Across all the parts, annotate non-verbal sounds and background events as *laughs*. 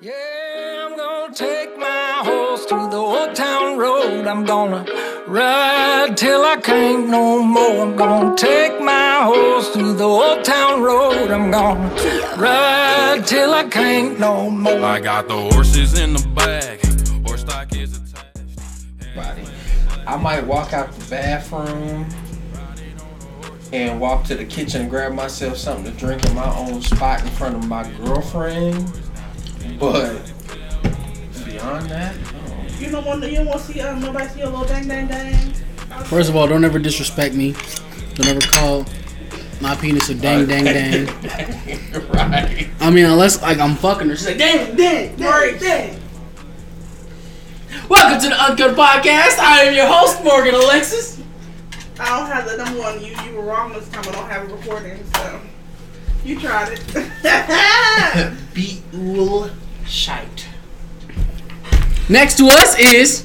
Yeah, I'm gonna take my horse to the old town road. I'm gonna ride till I can't no more. I'm gonna take my horse to the old town road. I'm gonna ride till I can't no more. I got the horses in the bag, horse stock is attached. body. I might walk out the bathroom and walk to the kitchen and grab myself something to drink in my own spot in front of my girlfriend. But beyond that, no. You don't want to, you don't want to see um, nobody see your little dang dang dang. First of all, don't ever disrespect me. Don't ever call my penis a dang dang dang. right. I mean, unless like I'm fucking her. She's like, dang dang dang. Right there. Welcome to the Uncut Podcast. I am your host Morgan Alexis. I don't have the number one. You you were wrong this time. I don't have a recording, so you tried *laughs* it. Beatle shite. Next to us is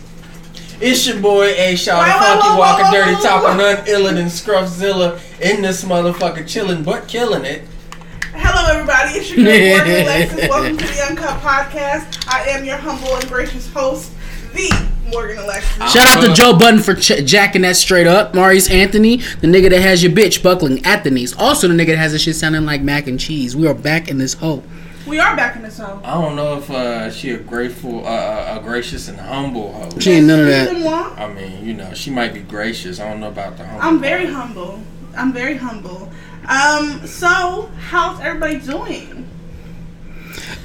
It's your boy A Shaw, the Whoa, whoa, funky whoa, walking whoa, dirty whoa, talker, whoa. none iller than Scruffzilla in this motherfucker, chilling but killing it. Hello, everybody. It's your girl, *laughs* Morgan Alexis. Welcome to the Uncut Podcast. I am your humble and gracious host, the Morgan Alexis. shout out to Joe Button for ch- jacking that straight up. Maurice Anthony, the nigga that has your bitch buckling at the knees. Also, the nigga that has this shit sounding like mac and cheese. We are back in this hole. We are back in this home. I don't know if uh, she a grateful, uh, a gracious and humble hoe. She ain't none of that. Season one. I mean, you know, she might be gracious. I don't know about the humble. I'm very part. humble. I'm very humble. Um, so how's everybody doing?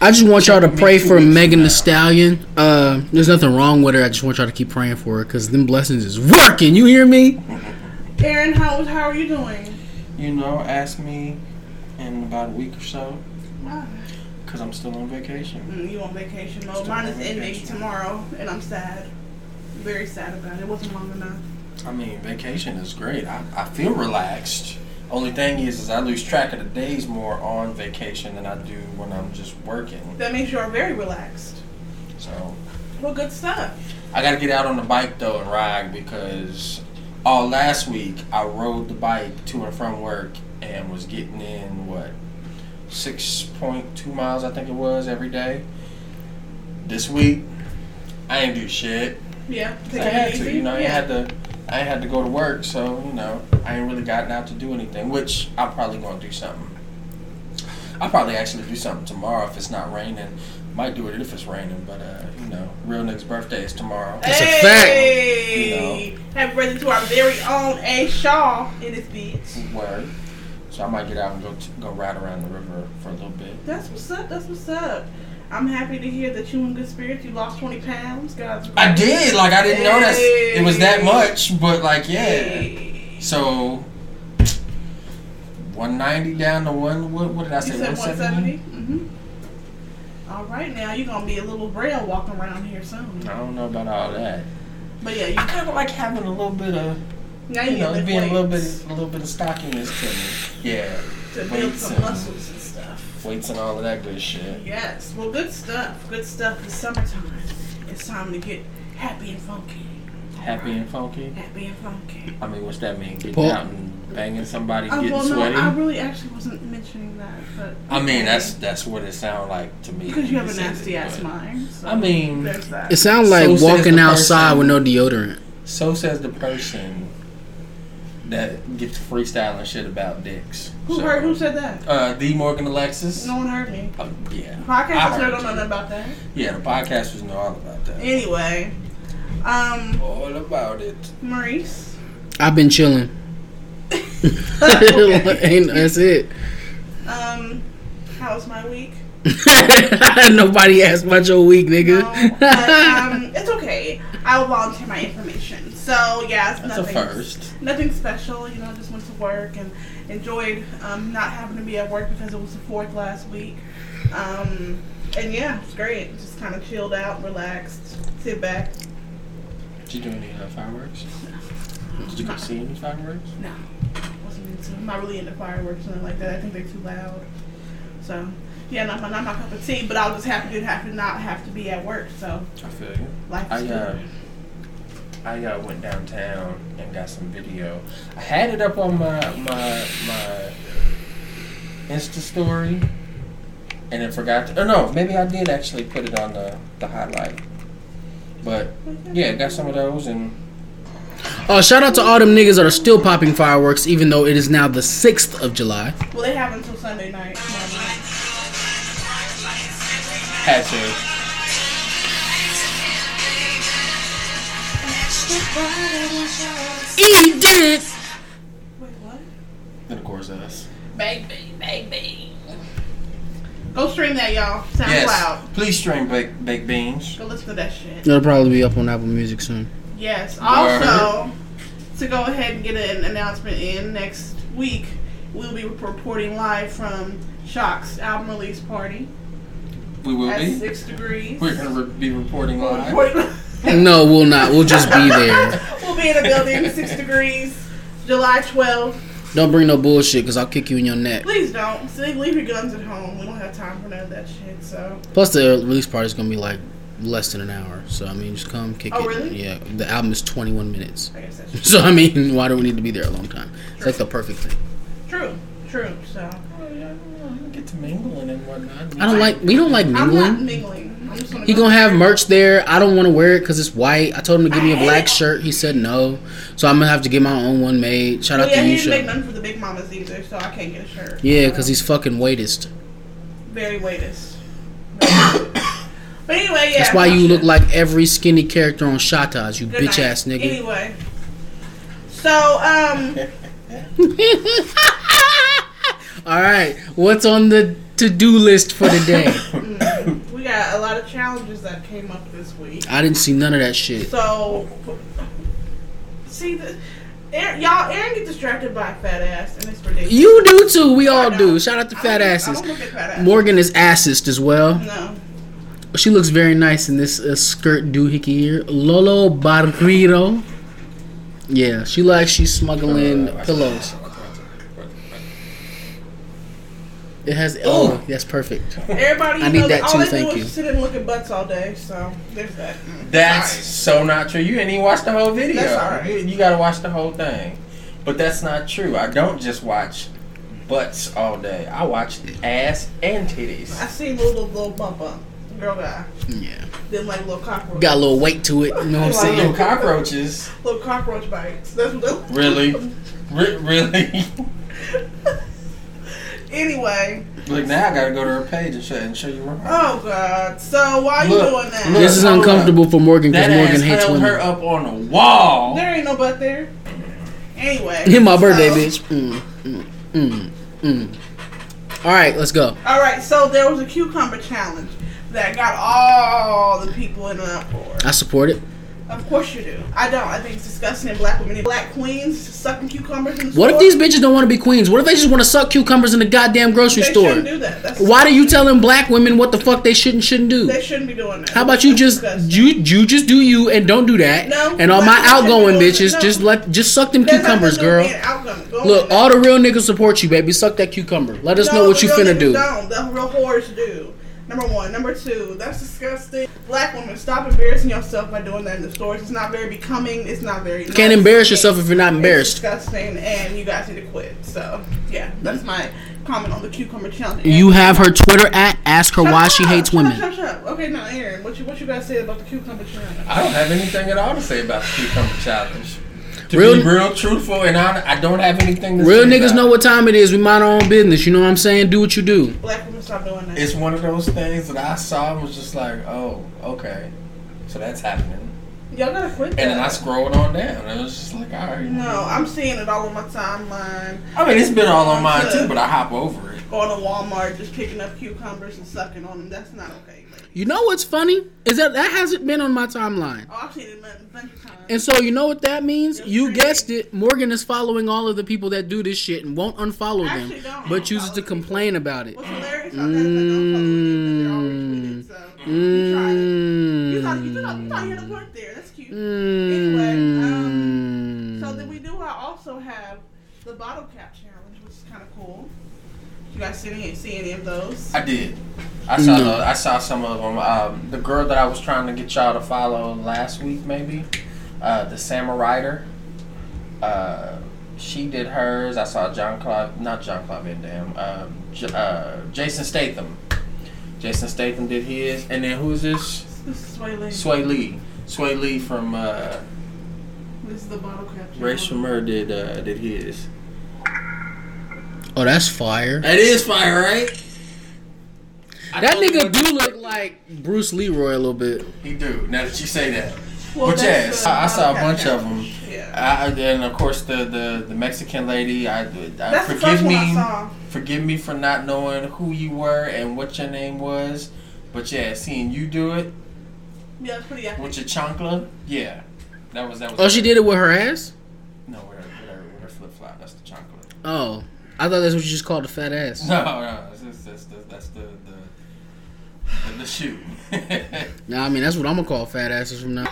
I just want y'all to pray for Megan the Stallion. Uh, there's nothing wrong with her. I just want y'all to keep praying for her because them blessings is working. You hear me? Aaron, how how are you doing? You know, ask me in about a week or so Ah, because I'm still on vacation. mm, You on vacation mode? Still Mine is on ending vacation. tomorrow, and I'm sad. Very sad about it. It wasn't long enough. I mean, vacation is great. I, I feel relaxed. Only thing is, is I lose track of the days more on vacation than I do when I'm just working. That makes you are very relaxed. So Well, good stuff. I gotta get out on the bike though and ride because all last week I rode the bike to and from work and was getting in what six point two miles I think it was every day. This week I ain't do shit. Yeah. 'cause Take I it had easy. to, you know, I yeah. had to I ain't had to go to work, so you know, I ain't really gotten out to do anything, which I'm probably gonna do something. I'll probably actually do something tomorrow if it's not raining. Might do it if it's raining, but uh, you know, real nigga's birthday is tomorrow. That's a hey! Happy birthday to our very own A. Shaw in this bitch. Word. So I might get out and go t- go ride around the river for a little bit. That's what's up. That's what's up. I'm happy to hear that you in good spirits. You lost 20 pounds. God's I did, like I didn't notice it was that Hey. much, but like yeah. Hey. So 190 down to one. What, what did I You say? said 170? 170. hmm All right, now you're going to be a little braille walking around here soon. I don't know about all that. But yeah, you, I kind of like having a little bit of now you know lift being a little bit weights a little bit of stockiness to me. Yeah, to build weights some and- muscles and stuff. weights and all of that good shit. Yes. Well, good stuff. Good stuff. It's summertime. It's time to get happy and funky. Happy and funky. Happy and funky. I mean, what's that mean? Getting Paul- out and banging somebody, Uh, getting well, no, sweaty. I really actually wasn't mentioning that, but I mean, that's that's what it sound like to me. because you have It a says nasty it, ass but- mind. So I mean, there's that. It sounds like So says walking the outside person. with no deodorant. so says the person that gets freestyling shit about dicks. who So, heard? Who said that? Uh, the Morgan Alexis. No one heard me. Oh, yeah. I Podcasters don't heard know you. nothing about that. Yeah, the podcasters know all about that. Anyway, um, All about it. Maurice. I've *laughs* been chilling. *laughs* Ain't- that's it. *laughs* Um, how's my week? Nobody asked about your week, nigga. No, but, *laughs* um, it's okay. I will volunteer my information. So yeah, it's That's a nothing. first. Nothing special. You know, I just went to work and enjoyed um, not having to be at work because it was the fourth last week. Um, and yeah, it's great. Just kind of chilled out, relaxed, sit back. Did you do any uh, fireworks? Did you go see any fireworks? No, wasn't into. I'm not really into fireworks or nothing like that. I think they're too loud. So yeah, not my not my cup of tea. But I was just happy to have to not have to be at work. So I feel you. life I is uh, good. I uh, went downtown and got some video. I had it up on my my my Insta story, and then forgot. To, or no, maybe I did actually put it on the the highlight. But yeah, got some of those and Uh, shout out to all them niggas that are still popping fireworks, even though it is now the 6th of July. Well, they have until Sunday night. tomorrow night. had to. Eat dick! Wait, what? Then of course us. Bang, bang, bang, bang. Go stream that, y'all. SoundCloud. Yes. Please stream baked baked beans. Go listen to that shit. It'll probably be up on Apple Music soon. Yes. Also, to go ahead and get an announcement in next week, we'll be reporting live from Shock's album release party We will at be. Six Degrees. We're gonna re- be *laughs* reporting We'll live. report- No, we'll not. We'll just be there. we'll be in the building, Six Degrees, July 12th. Don't bring no bullshit, because I'll kick you in your neck. Please don't. See, leave your guns at home. We don't have time for none of that shit. So, Plus, the release party is going to be like less than an hour. So, I mean, just come kick Oh, it. really? Yeah, the album is 21 minutes. *laughs* I guess that's So, I mean, why do we need to be there a long time? It's like the perfect thing. true. True. So, Get to mingling and whatnot. I don't like, we don't like I'm not mingling. mingling. I'm just gonna He go- gonna have merch there. I don't want to wear it because it's white. I told him to give me a *laughs* black shirt. He said no, so I'm gonna have to get my own one made. Shout Well, out yeah, to he didn't make Yusha. none for the big mamas either, so I can't get a shirt. Yeah, because he's fucking weightist. very *coughs* weightist. but anyway, yeah. That's why you look shit. like every skinny character on Shatas, you Good night. bitch ass nigga. Anyway, so um, *laughs* All right, what's on the to do list for the day? we got a lot of challenges that came up this week. I didn't see none of that shit. So see the. Aaron, y'all, Aaron get distracted by fat ass, and it's ridiculous. You do too. We I all don't. do. Shout out to I fat don't look- I asses. don't look at fat ass. Morgan is assist as well. No. She looks very nice in this uh, skirt doohickey here. Lolo Barriro. Yeah, she like she's smuggling pillows. It has. Oh, that's perfect. Everybody, you I need know, that all too, they thank do you. is sit and look at butts all day. So there's that. That's so not true. You didn't even watch the whole video. That's all right. You, you gotta watch the whole thing. But that's not true. I don't just watch butts all day. I watch ass and I titties. seen little little bump up, girl guy, Yeah, then like little cockroach. got a little weight to it. You know what I'm *laughs* Little saying? cockroaches. little cockroach bites. That's what Really? Re- really? *laughs* Anyway, Look now, I gotta go to her page and show, and show you wrong. oh god. So why you Look, doing that? look. This is uncomfortable for Morgan because That Morgan ass hates held her women. up on a wall. There ain't no butt there. Anyway, Hit my birthday, so- bitch. Mm, mm, mm, mm. All right, let's go. All right, so there was a cucumber challenge that got all the people in an uproar. I support it. Of course you do. I don't. I think it's disgusting. that Black women, and black queens, sucking cucumbers. In the What if store. these bitches don't want to be queens? What if they just want to suck cucumbers in the goddamn grocery They store? shouldn't do that. That's Why do you telling black women what the fuck they should and shouldn't do? They shouldn't be doing that. How about you just Disgusting. you you just do you and don't do that? No, and all my but- outgoing no, bitches no. just let just suck them That's not nothing to cucumbers, do girl. with being outgoing. Go Look, on. all the real niggas support you, baby. Suck that cucumber. Let us No, know what the you real finna niggas do. Don't. The real whores do. Number one. Number two. That's disgusting. Black woman, stop embarrassing yourself by doing that in the stores. It's not very becoming. It's not very. Can't embarrass yourself if you're not embarrassed. It's disgusting, and you guys need to quit. So yeah, that's my comment on the cucumber challenge. You have her Twitter at. Ask her Shut why up, she hates shut up, *laughs* women. Shut up, shut up. Okay, now Aaron, what you what you guys say about the cucumber challenge? I don't have anything at all to say about the cucumber challenge. To Real- be real truthful and honest, I don't have anything to Real say niggas about know it. what time it is. We mind our own business. You know what I'm saying? Do what you do. Black women, stop doing that. It's one of those things that I saw and was just like, oh, okay. So that's happening. Y'all gotta quit that. And then I scrolled on down and it was just like, all right. no, I'm seeing it all on my timeline. I mean, it's been all on mine too, but I hop over it. Going to Walmart, just picking up cucumbers and sucking on them. That's not okay. ladies. You know what's funny is that that hasn't been on my timeline. Oh, I've seen it a bunch of times. And so you know what that means? That's You crazy. guessed it. Morgan is following all of the people that do this shit and won't unfollow them, Actually, don't. but chooses to complain about it. What's hilarious about that is I don't follow you, but they're already tweeted, so Mm. you tried it. You thought you thought you thought you had a point there. That's cute. Mm. Anyway, um, so then we do. I also have the bottle cap challenge, which is kind of cool. You guys see any see any of those? I did. I saw No. the, I saw some of them. Um, the girl that I was trying to get y'all to follow last week, maybe, uh, the Samuraider. Uh, she did hers. I saw John Claude, not John Claude Van Damme, um, J- uh, Jason Statham Jason Statham did his, and then who is this? This is Sway Lee. Sway Lee. Sway Lee from uh, This is the bottle capture. Racial Murr did uh, did his. Oh, that's fire. That is fire, right? I That told you- nigga do look like Bruce Leroy a little bit. He do. Now that you say that, Well, but that's yes, the I, I saw a bottle bunch cap of them. capture. Yeah. I, I- and of course the the, the Mexican lady. I, I That's the forgive first me, one I saw. forgive me for not knowing who you were and what your name was. But yeah, seeing you do it Yeah, it's pretty accurate. with your chancla, yeah, that was that was. Oh, she did it with her ass. No, with her, with her, with her flip flop. That's the chancla. *laughs* Oh, I thought that's what you just called a fat ass. No, no, that's, that's, that's, the, that's the the the, the shoe. *laughs* Nah, I mean that's what I'm gonna call fat asses from now.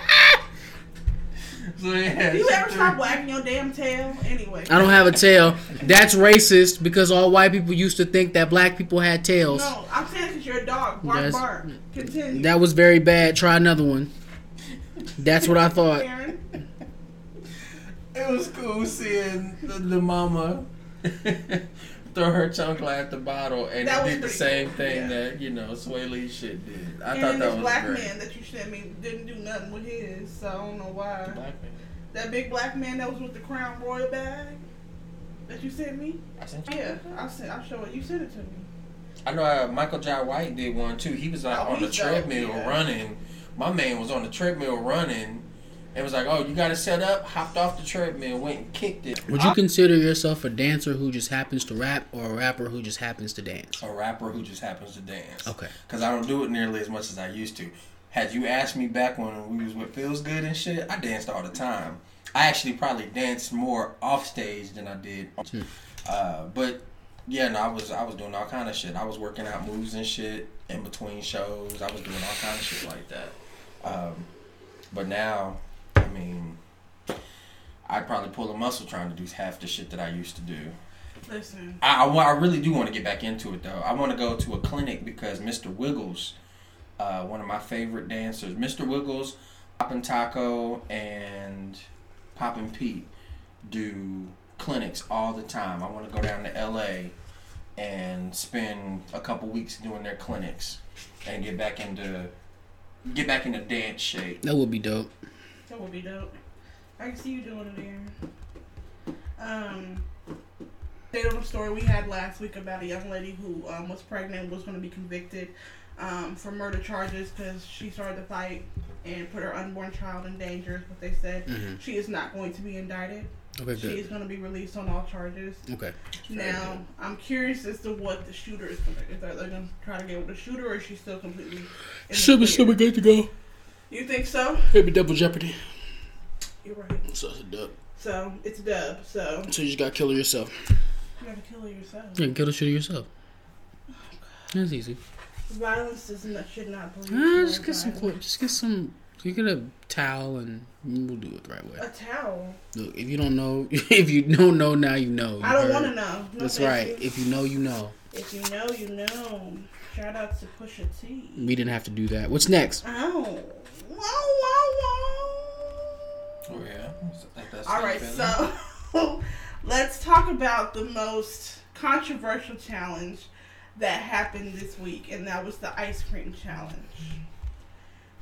so yeah. Do you she ever threw- stop wagging your damn tail? Anyway. I don't have a tail. That's racist because all white people used to think that black people had tails. No, I'm saying because you're a dog. Bark, That's- bark. Continue. That was very bad. Try another one. That's what I thought. Aaron. It was cool seeing the, the mama *laughs* throw her chancla at the bottle, and That it was did the pretty same cool, thing yeah. that you know Sway Lee shit did. I and then thought that this was black great. man that you sent me didn't do nothing with his, so I don't know why. Black man. That big black man that was with the Crown Royal bag that you sent me? I sent you- Yeah, I sent, I'll show it. You sent it to me. I know uh, Michael J. White did one too. He was like Oh, on the he's dope, treadmill yeah. running. My man was on the treadmill running, and was like, "Oh, you got to set up." Hopped off the treadmill, went and kicked it. Would you consider yourself a dancer who just happens to rap or a rapper who just happens to dance? A rapper who just happens to dance. Okay. Because I don't do it nearly as much as I used to. Had you asked me back when we was with Feels Good and shit, I danced all the time. I actually probably danced more off stage than I did. Uh, but yeah, no, I was I was doing all kind of shit. I was working out moves and shit in between shows. I was doing all kind of shit like that. Um, but now, I mean, I'd probably pull a muscle trying to do half the shit that I used to do. Listen. I, I, wa- I really do want to get back into it though. I want to go to a clinic because Mr. Wiggles, uh, one of my favorite dancers, Mr. Wiggles, Poppin' Taco, and Poppin' Pete do clinics all the time. I want to go down to LA and spend a couple weeks doing their clinics and get back into get back into dance shape. That would be dope. That would be dope. I can see you doing it, Aaron. Um, state of the story we had last week about a young lady who um, was pregnant was going to be convicted um, for murder charges because she started the fight and put her unborn child in danger. Is what they said. Mm-hmm. She is not going to be indicted. Okay, She is good. going to be released on all charges. Okay. Now, I'm curious as to what the shooter is going to. If they're going to try to get with the shooter, or is she still completely? in the Super, clear? super good to go. You think so? Maybe double jeopardy. You're right. So it's a dub. So it's a dub. So So you just gotta kill yourself. You gotta kill yourself. You can kill the shit yourself. That's easy. Violence does not, should not believe. Ah, just get some clo- Just get some. You get a towel and we'll do it the right way. A towel. Look, if you don't know, *laughs* if you don't know now, you know. I don't want to know. No, That's thank right. you. If you know, you know. If you know, you know. Shout out to Pusha T. Oh. We didn't have to do that. What's next? Ow. Whoa, whoa, whoa. Oh yeah. All right, so *laughs* let's talk about the most controversial challenge that happened this week, and that was the ice cream challenge.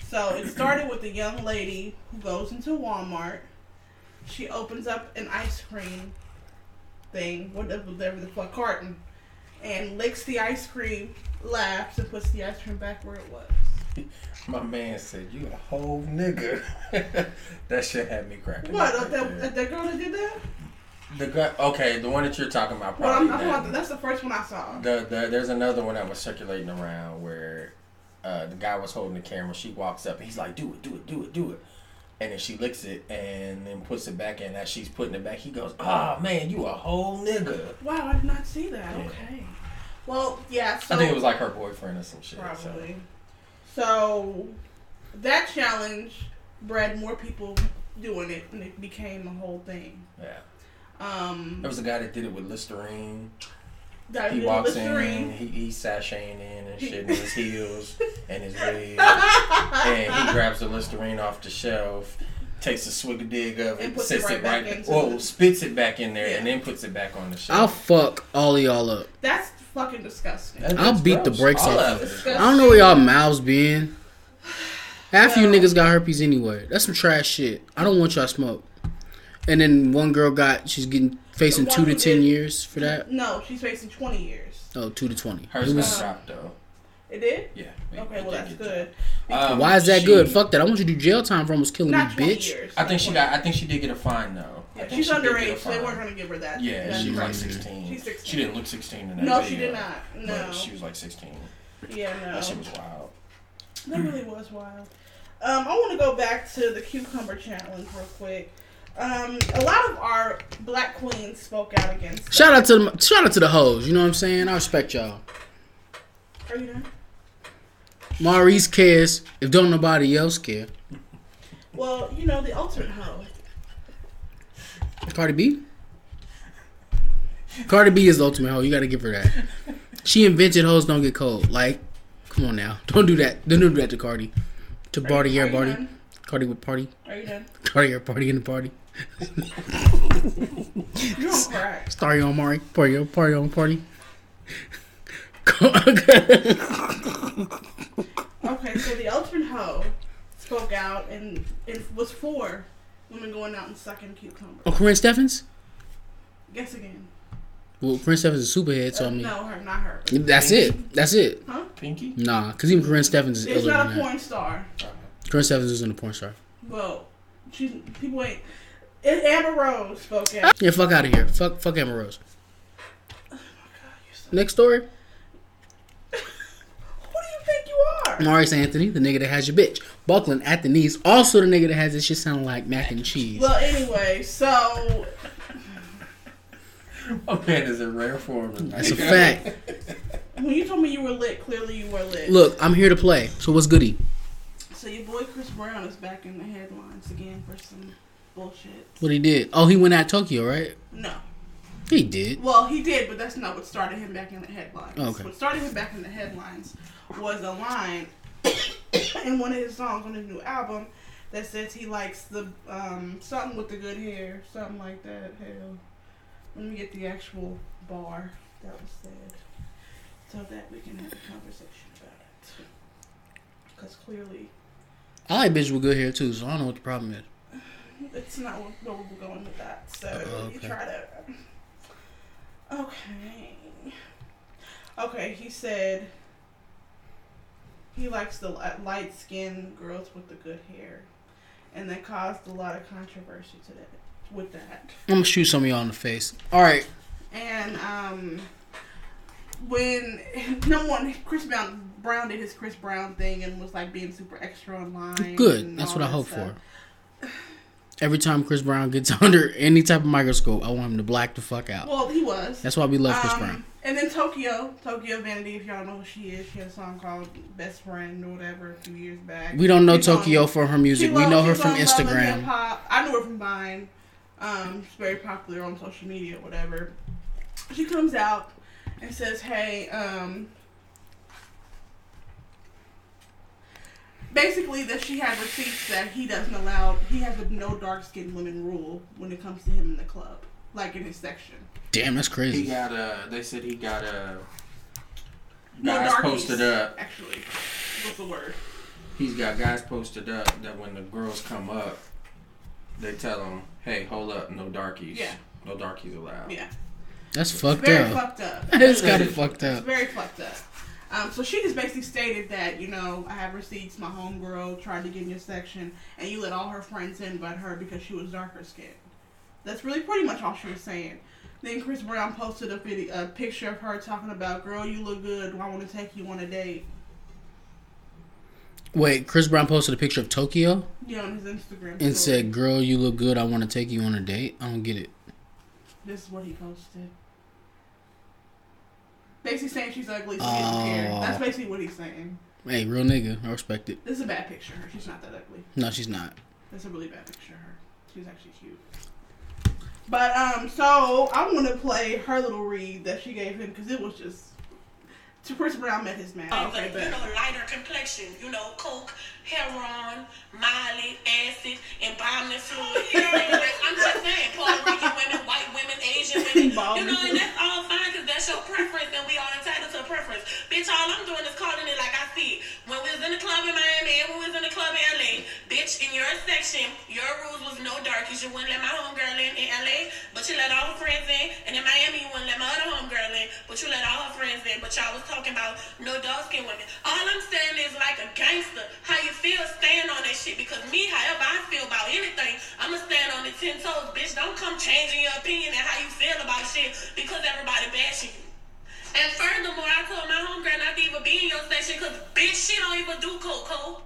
So it started with a young lady who goes into Walmart. She opens up an ice cream thing, whatever, whatever the fuck, carton, and licks the ice cream, laughs, and puts the ice cream back where it was. My man said, "You a whole nigga." *laughs* that shit had me cracking. What? up right that, there. that, that girl that did that? The guy, okay, the one that you're talking about. Well, Probably I'm, I'm, that. not- that's the first one I saw. The, the, there's another one that was circulating around where uh, the guy was holding the camera. She walks up and he's like, "Do it, do it, do it, do it," and then she licks it and then puts it back. And as she's putting it back, he goes, "Ah, man, you a whole nigga." Wow, I did not see that. Yeah. Okay. Well, yeah. So I think it was like her boyfriend or some shit. so. probably. So. that challenge bred more people doing it, and it became a whole thing. yeah, Um, there was a guy that did it with Listerine. that He little walks in, Listerine- he, he's sashaying in and shit *laughs* in his heels and his wig. and he grabs the Listerine off the shelf, takes a swig a dig of And it, puts sits it right it back right, into or the- spits it back in there, and Yeah. then puts it back on the I'll shelf. fuck all of y'all up. That's fucking disgusting. That I'll bitch beat the gross. brakes All off. of it. I don't know where y'all mouths been. Half of you niggas got herpes anyway. That's some trash shit. I don't want y'all smoke. And then one girl got she's getting facing The two one to who ten did- years for that. No, she's facing 20 years. Oh, two to twenty. It Hers got was- dropped though. It did? Yeah. Okay, well, that's good. Um, why is that she- good? Fuck that. I want you to do jail time for almost killing me, Not 20 bitch. years. I think she Not got. I think she did get a fine though. I 20. Yeah, think she's she did get a underage, so they fine. weren't going to give her that. Yeah, That's she was like right. 16. She's 16. She didn't look 16 in that No, she video, did not. No. But she was like 16. Yeah, no. That shit was wild. That really was wild. Um, I want to go back to the cucumber challenge real quick. Um, a lot of our black queens spoke out against. Shout out to the shout out to the hoes. You know what I'm saying? I respect y'all. Are you done? Maurice cares if don't nobody else care. Well, you know the ultimate hoe. Cardi B. Cardi B is the ultimate hoe. You got to give her that. She invented hoes don't get cold. Like, come on now, don't do that. Don't do that to Cardi. To party, are yeah, you party. done? Cardi would party. Are you done? Cardi, air party in the party. You're on crack. Starry on Mari. Party on party on party. *laughs* Okay, so the ultimate hoe spoke out and it was for women going out and sucking cucumbers. oh, Corinne Steffens. Guess again. Well, Corinne Steffens is a superhead, so I mean, No, her, not her. that's it. That's it. Huh? Pinky? Nah, because even Corinne Steffens is It's iller not than a that. porn star. Corinne Steffens isn't a porn star. Well, she's people ain't. It, Amber Rose spoke out. Yeah, fuck out of here. Fuck, fuck Amber Rose. Next story, Who do you think you are? Maurice Anthony, the nigga that has your bitch. Buckland at the knees, also the nigga that has this shit sounding like mac and cheese. Well, anyway, so Oh man, is in rare form. tonight. That's a fact. when you told me you were lit, clearly you were lit. Look, I'm here to play. So what's goody? So your boy Chris Brown is back in the headlines again for some bullshit. What he did? Oh, he went at Tokyo, right? No. He did. Well, he did, but that's not what started him back in the headlines. Okay. What started him back in the headlines was a line *coughs* in one of his songs on his new album that says he likes the um something with the good hair, something like that. Hell, let me get the actual bar that was said so that we can have a conversation about it. Because clearly, I like bitch with good hair too, so I don't know what the problem is. it's not wh- where we're going with that. So Uh, you okay. try to. Okay. Okay, he said he likes the light skinned girls with the good hair. And that caused a lot of controversy to that, with that. I'm gonna shoot some of y'all in the face. All right, And um, when *laughs* no one, Chris Brown, Brown did his Chris Brown thing and was like being super extra online. good. and That's all what I that hope stuff. for. Every time Chris Brown gets *laughs* under any type of microscope, I want him to black the fuck out. Well, he was. That's why we love Chris Um, Brown. And then Tokyo, Tokyo Vanity. If y'all know who she is, she had a song called "Best Friend" or whatever a few years back. We don't know She's on- Tokyo from her she music. We lo- know her she's from on Love and Hip Instagram. Hop. I knew her from Vine. Um, she's very popular on social media, whatever. She comes out and says, "Hey, um." Basically, that she had receipts that he doesn't allow. He has a no dark skinned women rule when it comes to him in the club, like in his section. Damn, that's He crazy. got a. They said he got a. No guys darkies, posted up. Actually, what's the word? He's got guys posted up that when the girls come up, they tell him, "Hey, hold up, no darkies. Yeah. No darkies allowed." Yeah, That's fucked very *laughs* up. fucked up. It's kind of fucked It's up. very fucked up. Um, so she just basically stated that you know I have receipts. My homegirl tried to get in your section, and you let all her friends in but her because she was darker skinned. That's really pretty much all she was saying. Then Chris Brown posted a video, a picture of her talking about, "Girl, you look good. I want to take you on a date." Wait, Chris Brown posted a picture of Tokyo You know, on his Instagram. story. and said, "Girl, you look good. I want to take you on a date." I don't get it. This is what he posted. Basically saying she's ugly, so he Oh. doesn't care. That's basically what he's saying. Hey, real nigga, I respect it. This is a bad picture of her. She's not that ugly. No, she's not. That's a really bad picture of her. She's actually cute. But um, so I want to play her little read that she gave him because it was just. To Chris Brown met his match. Like, Oh, Okay, you but know, lighter complexion, you know, coke, heroin, molly, acid, embalming fluid. You know, like, I'm just saying, Puerto Rican women, white women, Asian women, you know, and that's all fine because that's that's your preference, then we all entitled to a preference. Bitch, all I'm doing is calling it like I see it. When we was in the club in Miami and when we was in the club in LA, bitch, in your section, your rules was no darkies. You wouldn't let my homegirl in in LA, but you let all her friends in. And in Miami, you wouldn't let my other homegirl in, but you let all her friends in. But y'all was talking about no dark skin women. All I'm saying is like a gangster, how you feel, stand on that shit. Because me, however I feel about anything, I'ma stand on it ten toes, bitch. Don't come changing your opinion and how you feel about shit because everybody bashing you. And furthermore, I told my homegirl not to even be in your section because bitch, she don't even do coco.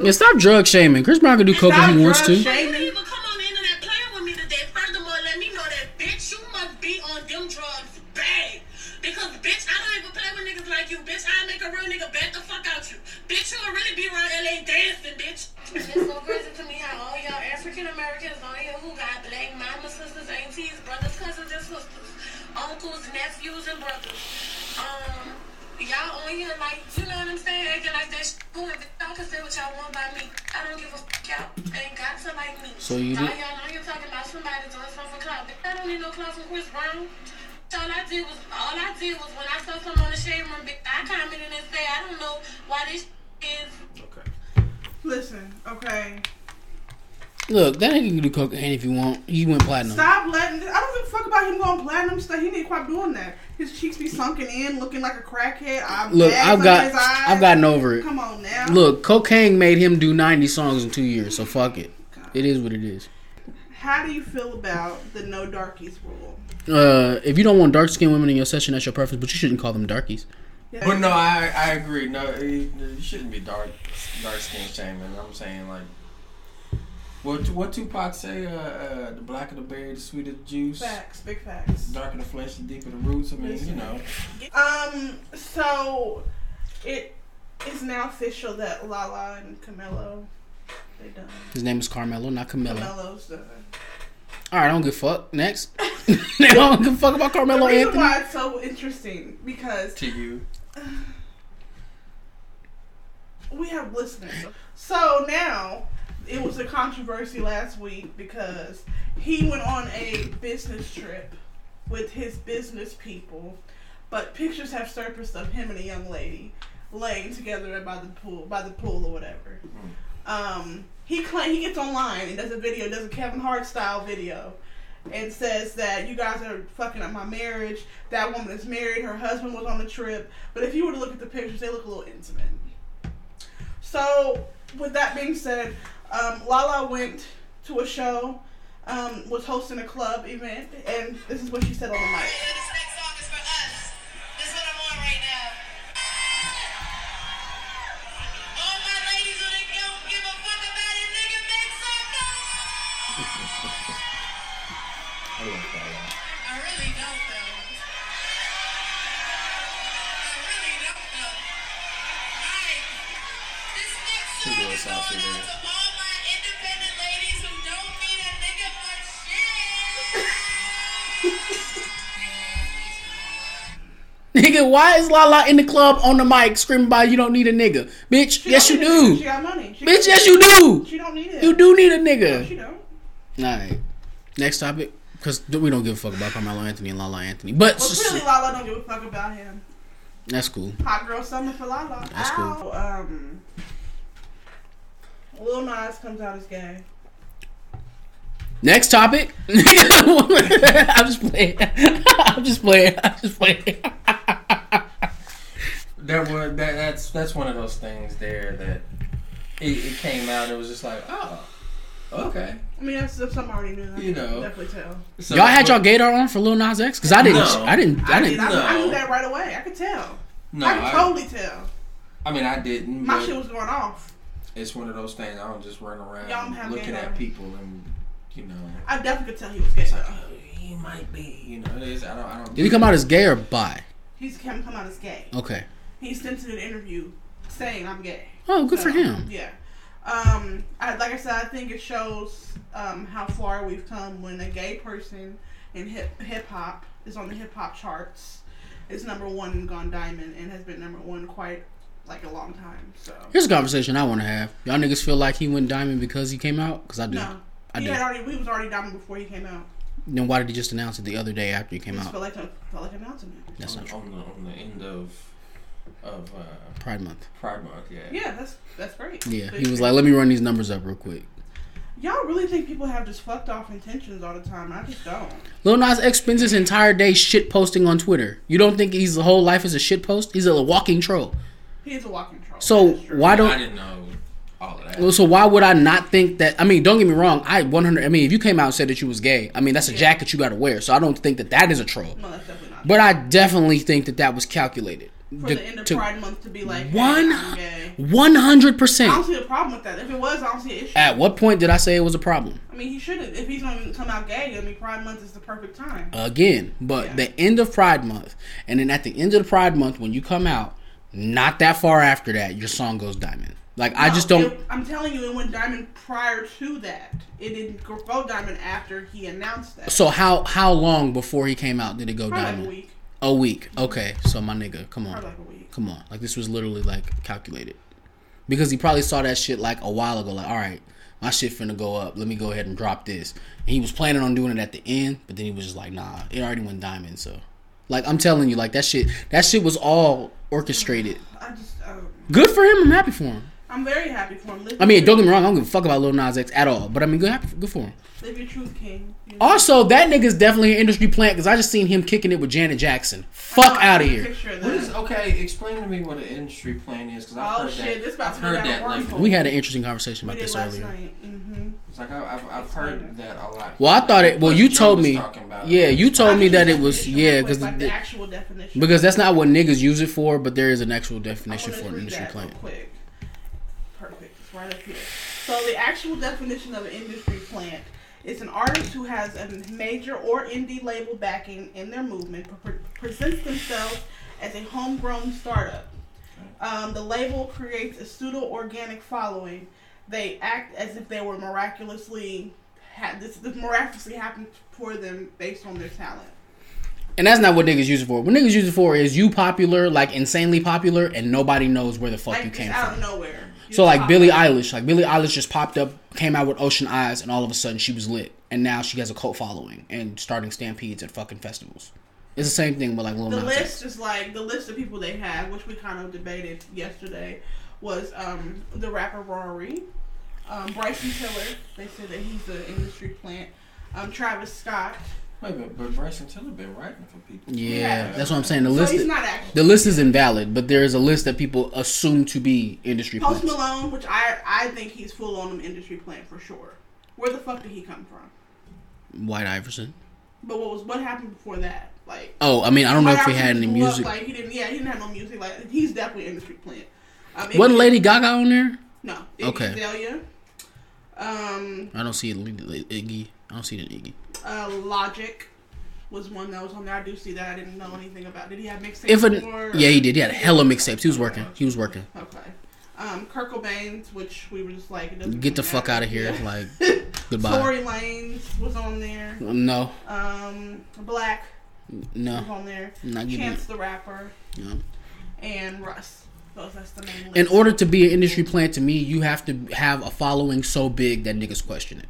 Yeah, stop drug shaming. Chris Brown can do coke if he wants drug to. shaming. You even come on the internet playing with me today. Furthermore, let me know that bitch, you must be on them drugs bad. Because bitch, I don't even play with niggas like you. Bitch, I make a real nigga bet the fuck out you. Bitch, you'll really be around LA dancing, bitch. It's so crazy to me how all y'all African Americans on here who got black mamas, sisters, aunties, brothers, cousins, and sisters, uncles, nephews, and brothers. Um, y'all on here like, you know what I'm saying? Acting like that shit. cool. If Y'all can say what y'all want about me. I don't give a fuck. Y'all ain't got to like me. So you Now did- y'all on here talking about somebody doing something clout. Bitch, I don't need no clout from Chris Brown. All I did was all I did was when I saw someone on the shade room, bitch, I commented and said, I don't know why this is Okay. Listen, okay. Look, that nigga can do cocaine if he want. He went platinum. Stop letting. I don't give a fuck about him going platinum stuff. He need to quit doing that. His cheeks be sunken in, looking like a crackhead. I'm Look, bags I've under got, his eyes. I've gotten over it. Come on now. Look, cocaine made him do 90 songs in two years, so fuck it. It is what it is. How do you feel about the no darkies rule? Uh, if you don't want dark skinned women in your session, that's your preference, but you shouldn't call them darkies. But Oh, no, I I agree. No, it, it shouldn't be dark dark skin shaming. I'm saying like, what what Tupac say? Uh, uh, the blacker the berry, the sweeter the juice. Facts, big facts. Darker the flesh, the deeper the roots. I mean, you know. Um, so it is now official that Lala and Camelo they done. His name is Carmelo, not Camelo. Camelo's done. Alright, I don't give a fuck. Next. *laughs* I don't give a fuck about The Carmelo reason Anthony. why it's so interesting because To you, we have listeners. So now it was a controversy last week because he went on a business trip with his business people, but pictures have surfaced of him and a young lady laying together by the pool, by the pool or whatever. Um, he claim he gets online and does a video, does a Kevin Hart style video. And says that you guys are fucking up my marriage. That woman is married. Her husband was on the trip. But if you were to look at the pictures, they look a little intimate. So, with that being said, um, Lala went to a show, um, was hosting a club event, and this is what she said on the mic. This next song is for us. This is what I'm on right now. All my ladies who they don't give a fuck about it, nigga, make some noise. I really don't though. I really don't though. Alright. This next song is going out to all my independent ladies who don't need a nigga for shit. Nigga, why is Lala in the club on the mic screaming about you don't need a nigga? Bitch, She yes you don't need it. She do. got money. She Bitch, yes you do. She don't need it. You do need a She nigga. don't. Alright. Next topic. Because we don't give a fuck about Carmelo Anthony and Lala Anthony. But Well, clearly Lala don't give a fuck about him. that's cool. Hot girl summer for Lala. That's cool. Ow. Um, Lil Nas comes out as gay. Next topic. *laughs* I'm just playing. *laughs* I'm just playing. *laughs* I'm just playing. that was that that's that's one of those things there that it, it came out. It was just like, oh, okay. I mean, that's if some already knew that. You know. definitely tell. So, Y'all had but- y'all gator on for Lil Nas X? Because I didn't. No. I didn't. I I, did. didn't. I, I knew No. that right away. I could tell. No, I could I, totally tell. I mean, I didn't. My but shit was going off. it's one of those things. I don't just run Y'all don't around have looking game at on. people and you know. I definitely could tell he was gay. It's like though. oh, he might be. You know, it is. I don't. I don't. Did he come out as gay or bi? He's come come out as gay. Okay. He sent in an interview saying I'm gay. Oh, good for So, him. Yeah. Um, I, like I said, I think it shows um, how far we've come when a gay person in hip hip hop is on the hip hop charts, is number one in Gone Diamond and has been number one quite like a long time. So Here's a conversation I want to have. Y'all niggas feel like he went diamond because he came out? Because I do. no, I he do. had already we was already diamond before he came out. Then why did he just announce it the other day after he came Just out? felt like a felt like an announcement. That's not on, the- true. on the on the end of of uh, Pride Month. Pride Month. Yeah. Yeah, that's that's great. Yeah, But he was like, let me run these numbers up real quick. y'all really think people have just fucked off intentions all the time? I just don't. Lil Nas X spends his entire day shit posting on Twitter. You don't think his whole life is a shit post? He's a walking troll. He is a walking troll. So That's true. why I don't? didn't know all of that. well, So why would I not think that? I mean, don't get me wrong. I 100. I mean, if you came out and said that you was gay, I mean that's a jacket you got to wear. So I don't think that that is a troll. No, that's definitely not. But I definitely think that that was calculated. for To- the end of to- Pride Month to be like hey, One- I'm gay. 100%. I don't see a problem with that. If it was, I don't see an issue. At what point did I say it was a problem? I mean, he shouldn't. If he's gonna come out gay, I mean, Pride Month is the perfect time. Again, but Yeah. the end of Pride Month, and then at the end of the Pride Month, when you come out, not that far after that, your song goes diamond. Like I No, just don't. it- I'm telling you, it went diamond prior to that. It didn't go diamond after he announced that. so how how long before he came out did it go Probably like diamond? a week. A week. Okay, so my nigga, come on, Probably like a week. come on. Like this was literally like calculated, because he probably saw that shit like a while ago. Like all right, my shit finna go up. Let me go ahead and drop this. And he was planning on doing it at the end, but then he was just like, nah, it already went diamond. So, like I'm telling you, like that shit, that shit was all orchestrated. I just, um, Good for him. I'm happy for him. I'm very happy for him. Live I mean, your don't get truth. me wrong. I don't give a fuck about Lil Nas X at all. But I mean, good, happy, good for him. Live your truth, King. You know? Also, that nigga's definitely an industry plant because I just seen him kicking it with Janet Jackson. Fuck I out of took a here. picture of What that. is okay? Explain to me what an industry plan is, because I've Oh, heard shit, that. this about I've to go heard down that a lately. wormhole. We had an interesting conversation We about did this last earlier. night. Mm-hmm. It's like I, I've, I've heard that a lot. Well, I thought it. Well, you Joe told was me. talking about it. Yeah, you told me that it was. Definition Yeah, real quick, because like the actual definition. because that's not what niggas use it for. But there is an actual I definition wanna for an read industry that real plant. Quick. Perfect. It's right up here. So the actual definition of an industry plant is an artist who has a major or indie label backing in their movement pre- presents themselves as a homegrown startup. Um, the label creates a pseudo organic following. They act as if they were miraculously had this, this miraculously happened for them based on their talent. And that's not what niggas use it for. What niggas use it for is you popular, like insanely popular, and nobody knows where the fuck Like you just came out from. of nowhere. You So like pop Billie up. Eilish, like Billie Eilish just popped up, came out with Ocean Eyes, and all of a sudden she was lit, and now she has a cult following and starting stampedes at fucking festivals. It's the same thing with like Lil the Nas list X. is like the list of people they had, which we kind of debated yesterday, was um, the rapper Rory, um, Bryson Tiller. They said that he's an industry plant. Um, Travis Scott. Wait, but, but Bryson Tiller been writing for people. Yeah, Yeah. that's what I'm saying. The So list, he's not actually. the list is invalid, but there is a list that people assume to be industry Post plants. Malone, which I I think he's full on an industry plant for sure. Where the fuck did he come from? White Iverson. But what was what happened before that? Like Oh, I mean, I don't know if he Like, had any blew up, music. like he didn't. Yeah, he didn't have no music. Like he's definitely an industry plant. Um, Wasn't Iggy- Lady Gaga on there? No. Okay. Okay. Azalea. Um, I don't see it, Iggy. I don't see it in Iggy. uh, Logic was one that was on there. I do see that. I didn't know anything about. Did he have mixtapes? If an, before? yeah, he did. He had hella mixtapes. He was working. He was working. Okay. Um, Kirk Cobain's, which we were just like, it doesn't Get the really fuck out matter. of here. Yeah. *laughs* Like, Tory goodbye. Lanez was on there. No, Um, Black no. was on there. Uh, Not giving Chance the Rapper no. and Russ. Those that's the main list. In order to be an industry plant, to me, you have to have a following so big that niggas question it.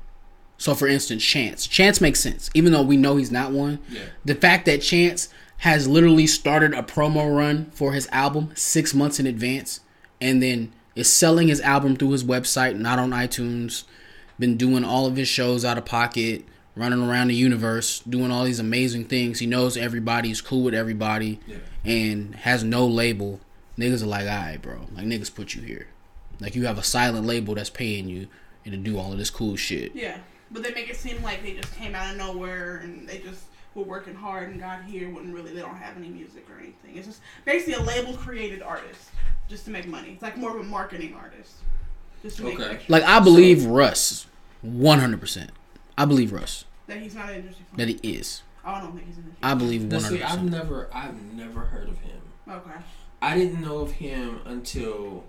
So, for instance, Chance. Chance makes sense, even though we know he's not one. Yeah. The fact that Chance has literally started a promo run for his album six months in advance, and then is selling his album through his website, not on iTunes. Been doing all of his shows out of pocket, running around the universe, doing all these amazing things. He knows everybody. He's cool with everybody, Yeah. and has no label. Niggas are like, all right, bro. Like niggas put you here. Like you have a silent label that's paying you and to do all of this cool shit. Yeah, but they make it seem like they just came out of nowhere and they just were working hard and got here when really they don't have any music or anything. It's just basically a label created artist just to make money. It's like more of a marketing artist. Just to make Okay. extra. Like I believe Russ, one hundred percent. I believe Russ That he's not an industry that plant. he is. Oh, I don't think he's an industry I believe Now, one hundred see, I've percent. never, I've never heard of him. Okay. I didn't know of him until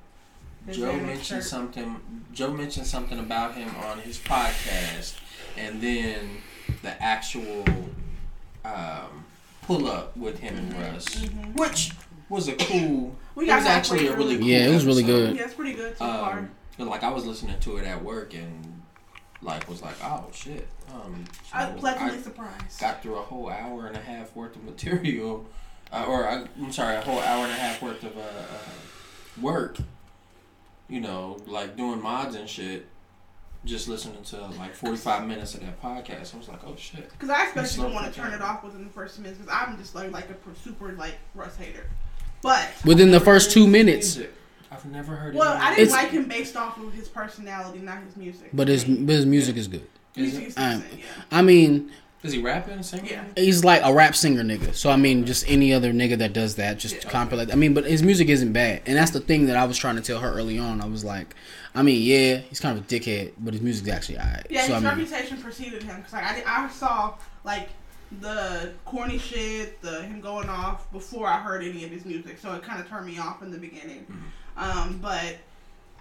His Joe name is mentioned Kurt. something. Joe mentioned something about him on his podcast, and then the actual um, pull up with him and Russ, which was a cool. We We got got it was actually a halfway really through. cool Yeah, it was really episode. good. Yeah, it's pretty good so far. Um, like I was listening to it at work, and like was like, oh shit. Um, so oh, I was pleasantly I surprised. got through a whole hour and a half worth of material, uh, or I, I'm sorry, a whole hour and a half worth of uh, uh, work. You know, like doing mods and shit. Just listening to like 45 minutes of that podcast, I was like, oh shit. Because I especially Slow don't want to pitch turn out. it off within the first two minutes because I'm just like, like a pr- super like Russ hater. But Within the first two minutes, Music. I've never heard. well, it I didn't It's- like him based off of his personality, not his music. but um, his but his music is good. Is, music is I, decent, yeah. I mean, is he rapping, singing? Yeah. he's like a rap singer nigga. So I mean, just any other nigga that does that, just compilate. I mean, but his music isn't bad, and that's the thing that I was trying to tell her early on. I was like, I mean, yeah, he's kind of a dickhead, but his music's actually alright. Yeah, so I his mean, reputation preceded him because like I, did- I saw like the corny shit, the him going off before I heard any of his music, so it kind of turned me off in the beginning. Mm-hmm. Um, but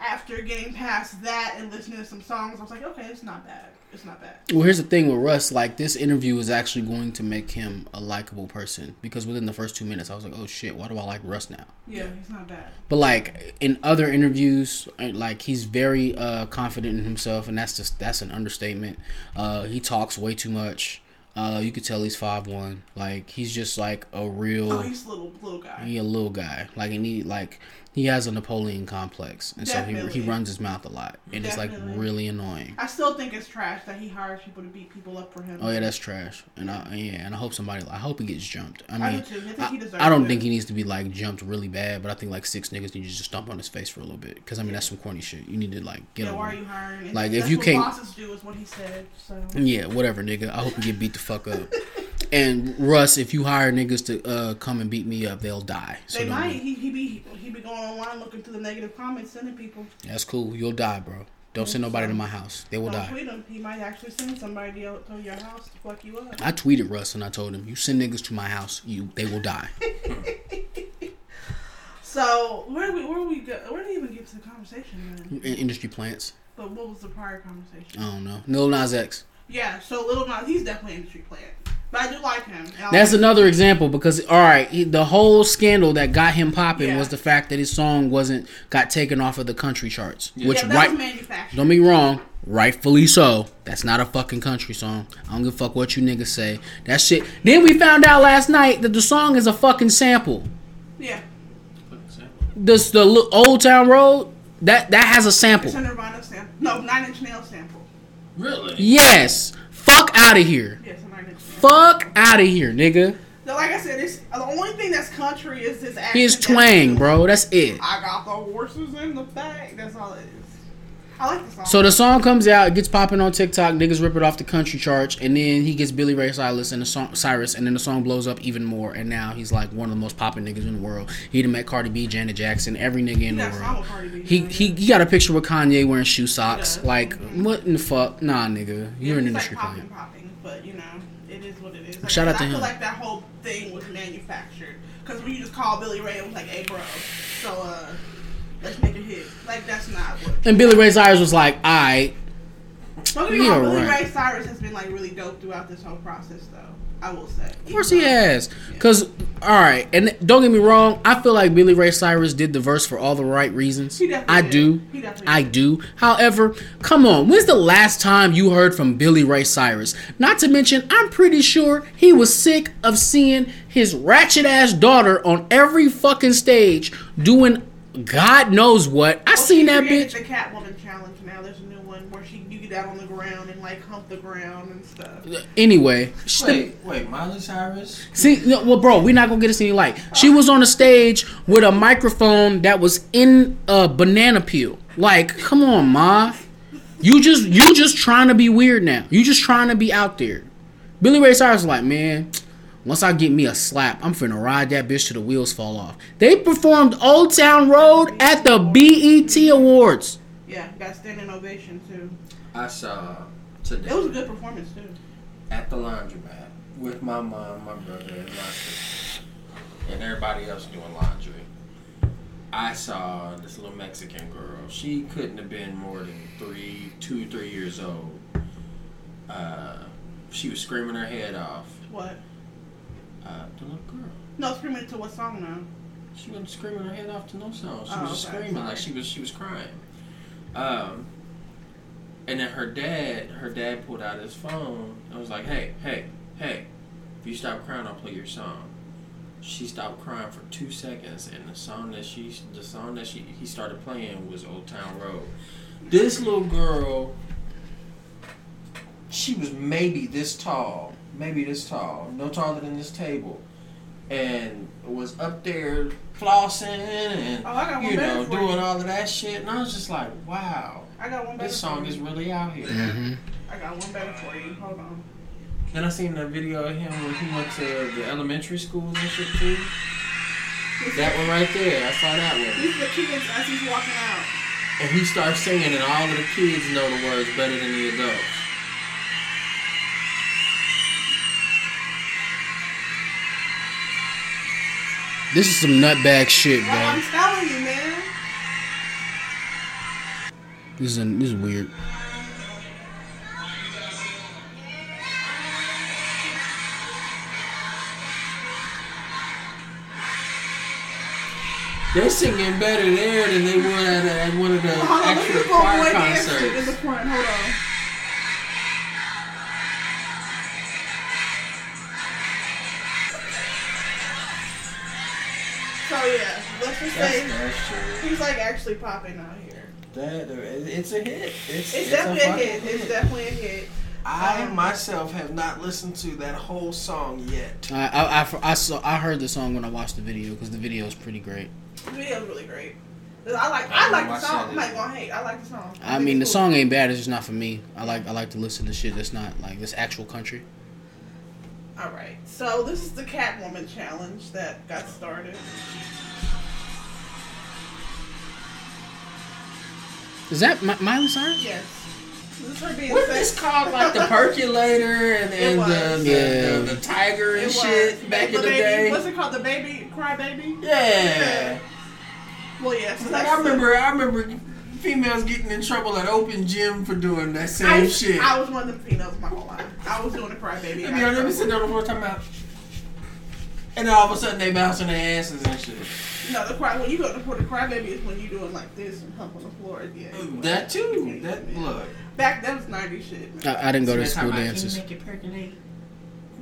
after getting past that and listening to some songs, I was like, okay, it's not bad. It's not bad. well, here's the thing with Russ. Like, this interview is actually going to make him a likable person because within the first two minutes, I was like, oh shit, why do I like Russ now? Yeah, it's not bad. But like in other interviews, and, like he's very uh, confident in himself, and that's just that's an understatement. Uh, he talks way too much. Uh, you could tell he's five one. Like he's just like a real Oh, he's a little little guy. he a little guy. Like and he like he has a Napoleon complex, and so he Definitely. he runs his mouth a lot, and it's like Definitely. really annoying. I still think it's trash that he hires people to beat people up for him. Oh yeah, that's trash. And I yeah, and I hope somebody. I hope he gets jumped. I I do mean, too. I think he I, deserves I don't it. think he needs to be like jumped really bad, but I think like six niggas need to just stomp on his face for a little bit. Because I mean, that's some corny shit. You need to like get yeah, over. why are it. you hiring? And Like, if that's you what can't- bosses do is what he said. So Yeah, whatever, nigga. I hope you get beat the fuck up. and Russ, if you hire niggas to uh, come and beat me up, they'll die. So they don't- might. He, he be he be going online looking through the negative comments, sending people. That's cool. You'll die, bro. Don't send nobody to my house. They will Don't die. tweet him. He might actually send somebody out to your house to fuck you up. I tweeted Russ and I told him, "You send niggas to my house, you they will die." So where do we where do we go? Where do we even get to the conversation then? In- industry plants. But what was the prior conversation? I don't know. Lil Nas X. Yeah. So Little Nas, he's definitely an industry plant, but I do like him. and I That's like- another example because all right, he, the whole scandal that got him popping Yeah. was the fact that his song wasn't got taken off of the country charts, which Yeah, that was right manufactured. don't be wrong, rightfully so. That's not a fucking country song. I don't give a fuck what you niggas say. That shit. Then we found out last night that the song is a fucking sample. Yeah. This the li- Old Town Road that that has a sample. It's a Nirvana sample. No, Nine Inch Nails sample. Really? Yes. Fuck out of here. Yes, a Nine Inch Nails. Fuck out of here, nigga. So like I said, it's the only thing that's country is this action. His that- twang, bro. That's it. I got the horses in the back. That's all it is. I like the song. So the song comes out, it gets popping on TikTok, niggas rip it off the country charts, and then he gets Billy Ray Cyrus and the song Cyrus, and then the song blows up even more, and now he's like one of the most popping niggas in the world. He done met Cardi B, Janet Jackson, every nigga in the got a song world. with Cardi B. He he he got a picture with Kanye wearing shoe socks. does. Like what in the fuck? Nah, nigga, you're an It's industry like popping, player. popping, but you know, it is what it is. Like, Shout out to I feel him. like that whole thing was manufactured because when you just call Billy Ray, it was like, "Hey, bro, so uh, let's make a hit." Like that's not what. And Billy Ray Cyrus was like, I Don't get me wrong, Yeah, Billy right. Ray Cyrus has been like really dope throughout this whole process, though. I will say. Of course he has. Cause all right, and don't get me wrong, I feel like Billy Ray Cyrus did the verse for all the right reasons. He definitely I did. do. He definitely I do. However, come on, when's the last time you heard from Billy Ray Cyrus? Not to mention, I'm pretty sure he was sick of seeing his ratchet ass daughter on every fucking stage doing God knows what. I Oh, She seen that created bitch. The Catwoman challenge. Now there's a new one where she you get out on the ground and like hump the ground and stuff. Anyway, she- Wait, wait, Miley Cyrus? See, no, well, bro, we're not gonna get us any light. She was on the stage with a microphone that was in a banana peel. Like, come on, ma. You just you just trying to be weird now. You just trying to be out there. Billy Ray Cyrus was like, man, once I get me a slap, I'm finna ride that bitch till the wheels fall off. They performed Old Town Road at the BET Awards. Yeah, got standing ovation too. I saw It was a today good performance too. at the laundromat with my mom, my brother, and my sister, and everybody else doing laundry. I saw this little Mexican girl. She couldn't have been more than three, two, three years old. Uh, she was screaming her head off. What? Uh, the little girl. No, screaming to what song now? She wasn't screaming her head off to no song. She Oh, was just okay, screaming sorry. like she was she was crying. Um, And then her dad, her dad pulled out his phone and was like, "Hey, hey, hey! If you stop crying, I'll play your song." She stopped crying for two seconds, and the song that she, the song that she, he started playing was "Old Town Road." This little girl, she was maybe this tall, maybe this tall, no taller than this table, and was up there flossing and Oh, I got one you better know for you. doing all of that shit, and I was just like, "Wow." I got one better. This song for is you. really out here. I got one better for you. Hold on. Then I seen the video of him when he went to the elementary schools and shit too. That one right there, I saw that one. These are the kids as he's walking out. And he starts singing, and all of the kids know the words better than the adults. This is some nutbag shit, No, I'm bro. telling you, man. This is a, this is weird. They're singing better there than they would at, uh, at one of the Hold on, let's actual just go away choir dance shit in the concerts. front. Hold on. So yeah, let's just That's say that shit. he's like actually popping out here. That, it's a hit. It's, It's, definitely a fucking hit. It's definitely a hit. I myself have not listened to that whole song yet. I I, I, I saw I heard the song when I watched the video because the video is pretty great. The video's really great. I like I I like the watched song. that I'm not gonna hate. I like the song. I think mean, the it's cool. song ain't bad. It's just not for me. I like I like to listen to shit that's not like this actual country. All right. So this is the Catwoman challenge that got started. Is that Mi- Miley Cyrus? Yes. This is her being Wasn't sexy. this called like the percolator and, It and was. the, the, Yeah. the, the tiger It and was. shit back in the baby, day? What's it called? The baby cry baby? Yeah. Well, yes. Like I remember, I remember females getting in trouble at open gym for doing that same I, shit. I was one of them females my whole life. I was doing the cry baby. you know, they be sitting on the floor talking about, and all of a sudden they bouncing their asses and shit. no, the cry when you go to for the cry baby is when you doing like this and hump on the floor. Yeah. it That too. was- That look. Back that was ninety shit. man. I, I didn't go to That's how school I can dances. make it percolate.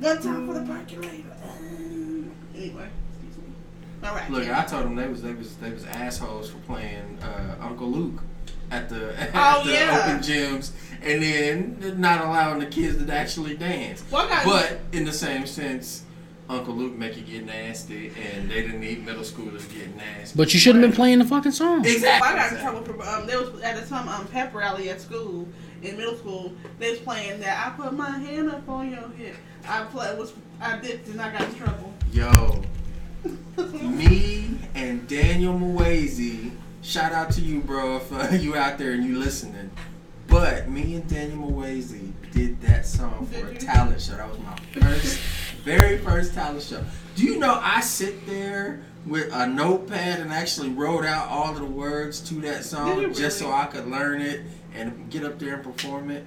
One time for the percolator. Anyway, excuse me. All right. Look, I told them they was they was they was assholes for playing uh, Uncle Luke at the, *laughs* at Oh, the yeah. open gyms, and then not allowing the kids to actually dance. Well, I got- but in the same sense, Uncle Luke make you get nasty, and they didn't need middle schoolers getting nasty. But you shouldn't have been playing the fucking song. Exactly. I got in exactly. trouble for um. There was at the time um pep rally at school in middle school. They was playing that. I put my hand up on your hip. I play was I did and I got in trouble. Yo, me and Daniel Mwazi, shout out to you, bro, if uh, *laughs* you out there and you listening. But me and Daniel Mwazi did that song for a Did you? talent show. That was my first, very first talent show. Do you know I sit there with a notepad and actually wrote out all of the words to that song Did you just so really? I could learn it and get up there and perform it?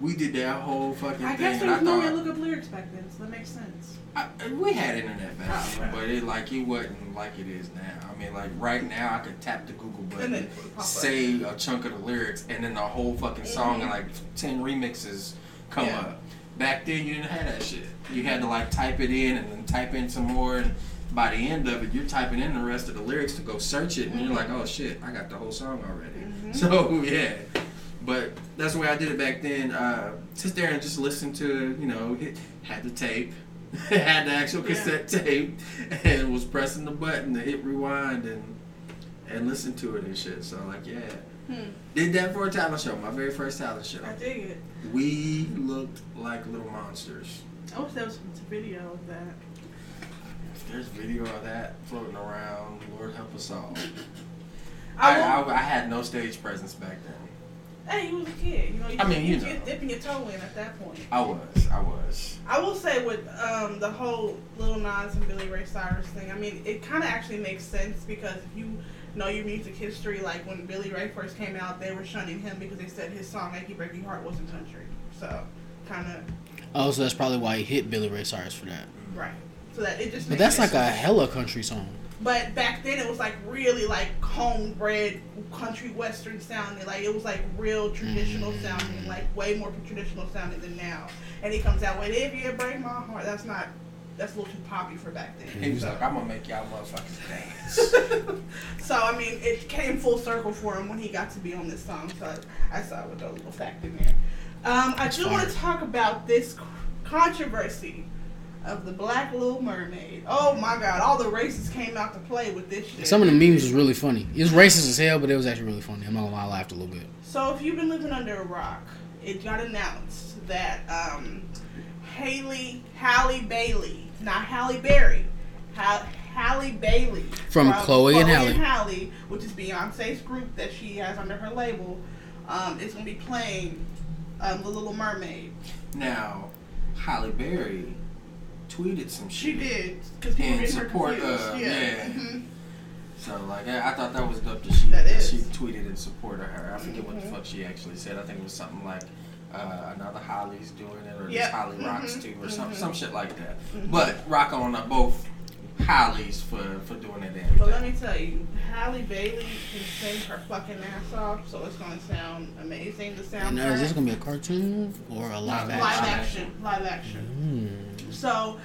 We did that whole fucking I thing. guess there and I was no thought, way to look up lyrics back then, so that makes sense. I, we had internet back Oh, then, right. but it like it wasn't like it is now. I mean, like right now, I could tap the Google And button, then pop up. say a chunk of the lyrics, and then the whole fucking song and like ten remixes come Mm-hmm. Yeah. up. Back then, you didn't have that shit. You had to like type it in and then type in some more, and by the end of it, you're typing in the rest of the lyrics to go search it, and you're Mm-hmm. like, oh shit, I got the whole song already. *laughs* So yeah. But that's the way I did it back then. Uh, sit there and just listen to, you know, hit, had the tape, *laughs* had the actual cassette tape, *laughs* and was pressing the button to hit rewind and and listen to it and shit. So like, yeah, Hmm. did that for a talent show, my very first talent show. I dig it. We looked like little monsters. I wish there was some video of that. If there's video of that floating around, Lord help us all. I I, won't- I, I had no stage presence back then. hey, you was a kid. You know, you, I mean, you, you just know. dipping your toe in at that point. I was, I was. I will say with um, the whole Lil Nas and Billy Ray Cyrus thing, I mean, it kind of actually makes sense because if you know your music history, like when Billy Ray first came out, they were shunning him because they said his song "Achy Breaking Heart" wasn't country. So, kind of Oh, so that's probably why he hit Billy Ray Cyrus for that. right. So that it just. But makes that's like a sense. hella country song. But back then it was like really like homebred country western sounding. Like it was like Mm-hmm. real traditional sounding, like way more traditional sounding than now. And he comes out with "If You Break My Heart." That's not. That's a little too poppy for back then. He was So- like, I'm gonna make y'all motherfuckers *laughs* dance. so I mean, it came full circle for him when he got to be on this song. So I saw with a little fact in there. Um, I do want to talk about this c- controversy of the Black Little Mermaid. Oh my God! All the races came out to play with this shit. Some of the memes was really funny. It was racist as hell, but it was actually really funny. I'm not gonna lie, I laughed a little bit. So if you've been living under a rock, it got announced that um, Haley Halle Bailey, not Halle Berry, ha- Halle Bailey From Chloe and Halle. Halle, which is Beyonce's group that she has under her label, um, is going to be playing um, The Little Mermaid. now, Holly Berry tweeted some She shit. did because people In getting her support confused. of, yeah. yeah. Mhm. So like I, I thought that was dope that she That that is. Mm-hmm. she tweeted in support of her. I forget what the fuck she actually said. I think it was something like uh, another Holly's doing it Yep. or Mm-hmm. this Holly rocks Mhm. too or some some shit like that. But rock on up both Hollies for for doing it. and But let everything. me tell you, Halle Bailey can sing her fucking ass off, so it's going to sound amazing. The sound. Now, uh, is this gonna be a cartoon or a live Live live action? Hmm. action, live action. So,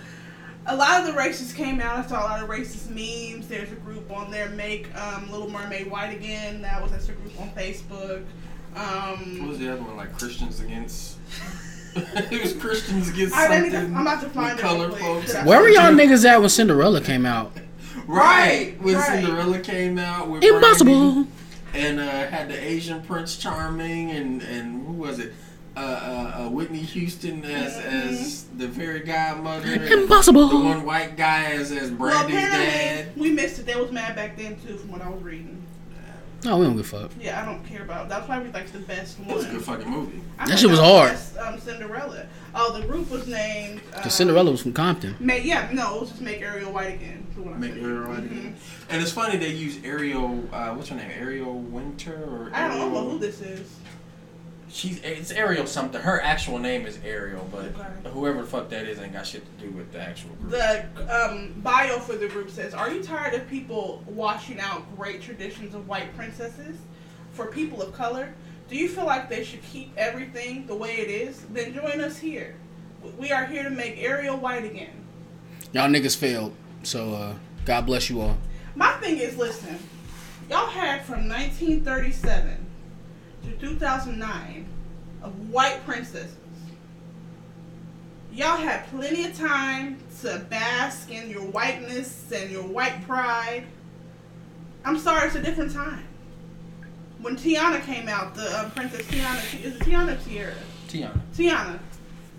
a lot of the racists came out. I saw a lot of racist memes. There's a group on there, make um, Little Mermaid white again. That was that's a group on Facebook. What was Um, the other one like Christians against? *laughs* it was Christians against I something. need to- I'm about to with find it color real quick. *laughs* folks. Where were y'all niggas at when Cinderella came out? Right when Right. Cinderella came out with Brandy. Impossible. and uh, had the Asian Prince Charming and and who was it? Uh, uh, uh, Whitney Houston as as Mm-hmm. the very godmother. and Impossible. The one white guy as as well, Brandy's dad. apparently we missed it. They was mad back then too, from what I was reading. No, we don't give a fuck. Yeah, I don't care about. That's probably like the best one. It was a good fucking movie. I That thought shit was the hard. best, um, Cinderella. Oh, the group was named. Um, The Cinderella was from Compton. Ma- yeah, no, it was just make Ariel white again. is what I Make said. Ariel White again. Mm-hmm. And it's funny they use Ariel. Uh, what's her name? Ariel Winter or I don't Ariel- know who this is. She's it's Ariel something. Her actual name is Ariel, but Okay. whoever the fuck that is ain't got shit to do with the actual group. The um, bio for the group says, "Are you tired of people washing out great traditions of white princesses for people of color? Do you feel like they should keep everything the way it is? Then join us here. We are here to make Ariel white again." Y'all niggas failed. So uh, God bless you all. My thing is, listen, y'all had from 1937 to 2009 of white princesses. Y'all had plenty of time to bask in your whiteness and your white pride. I'm sorry, it's a different time. When Tiana came out, the uh, Princess Tiana, is it Tiana or Tiara? Tiana. Tiana.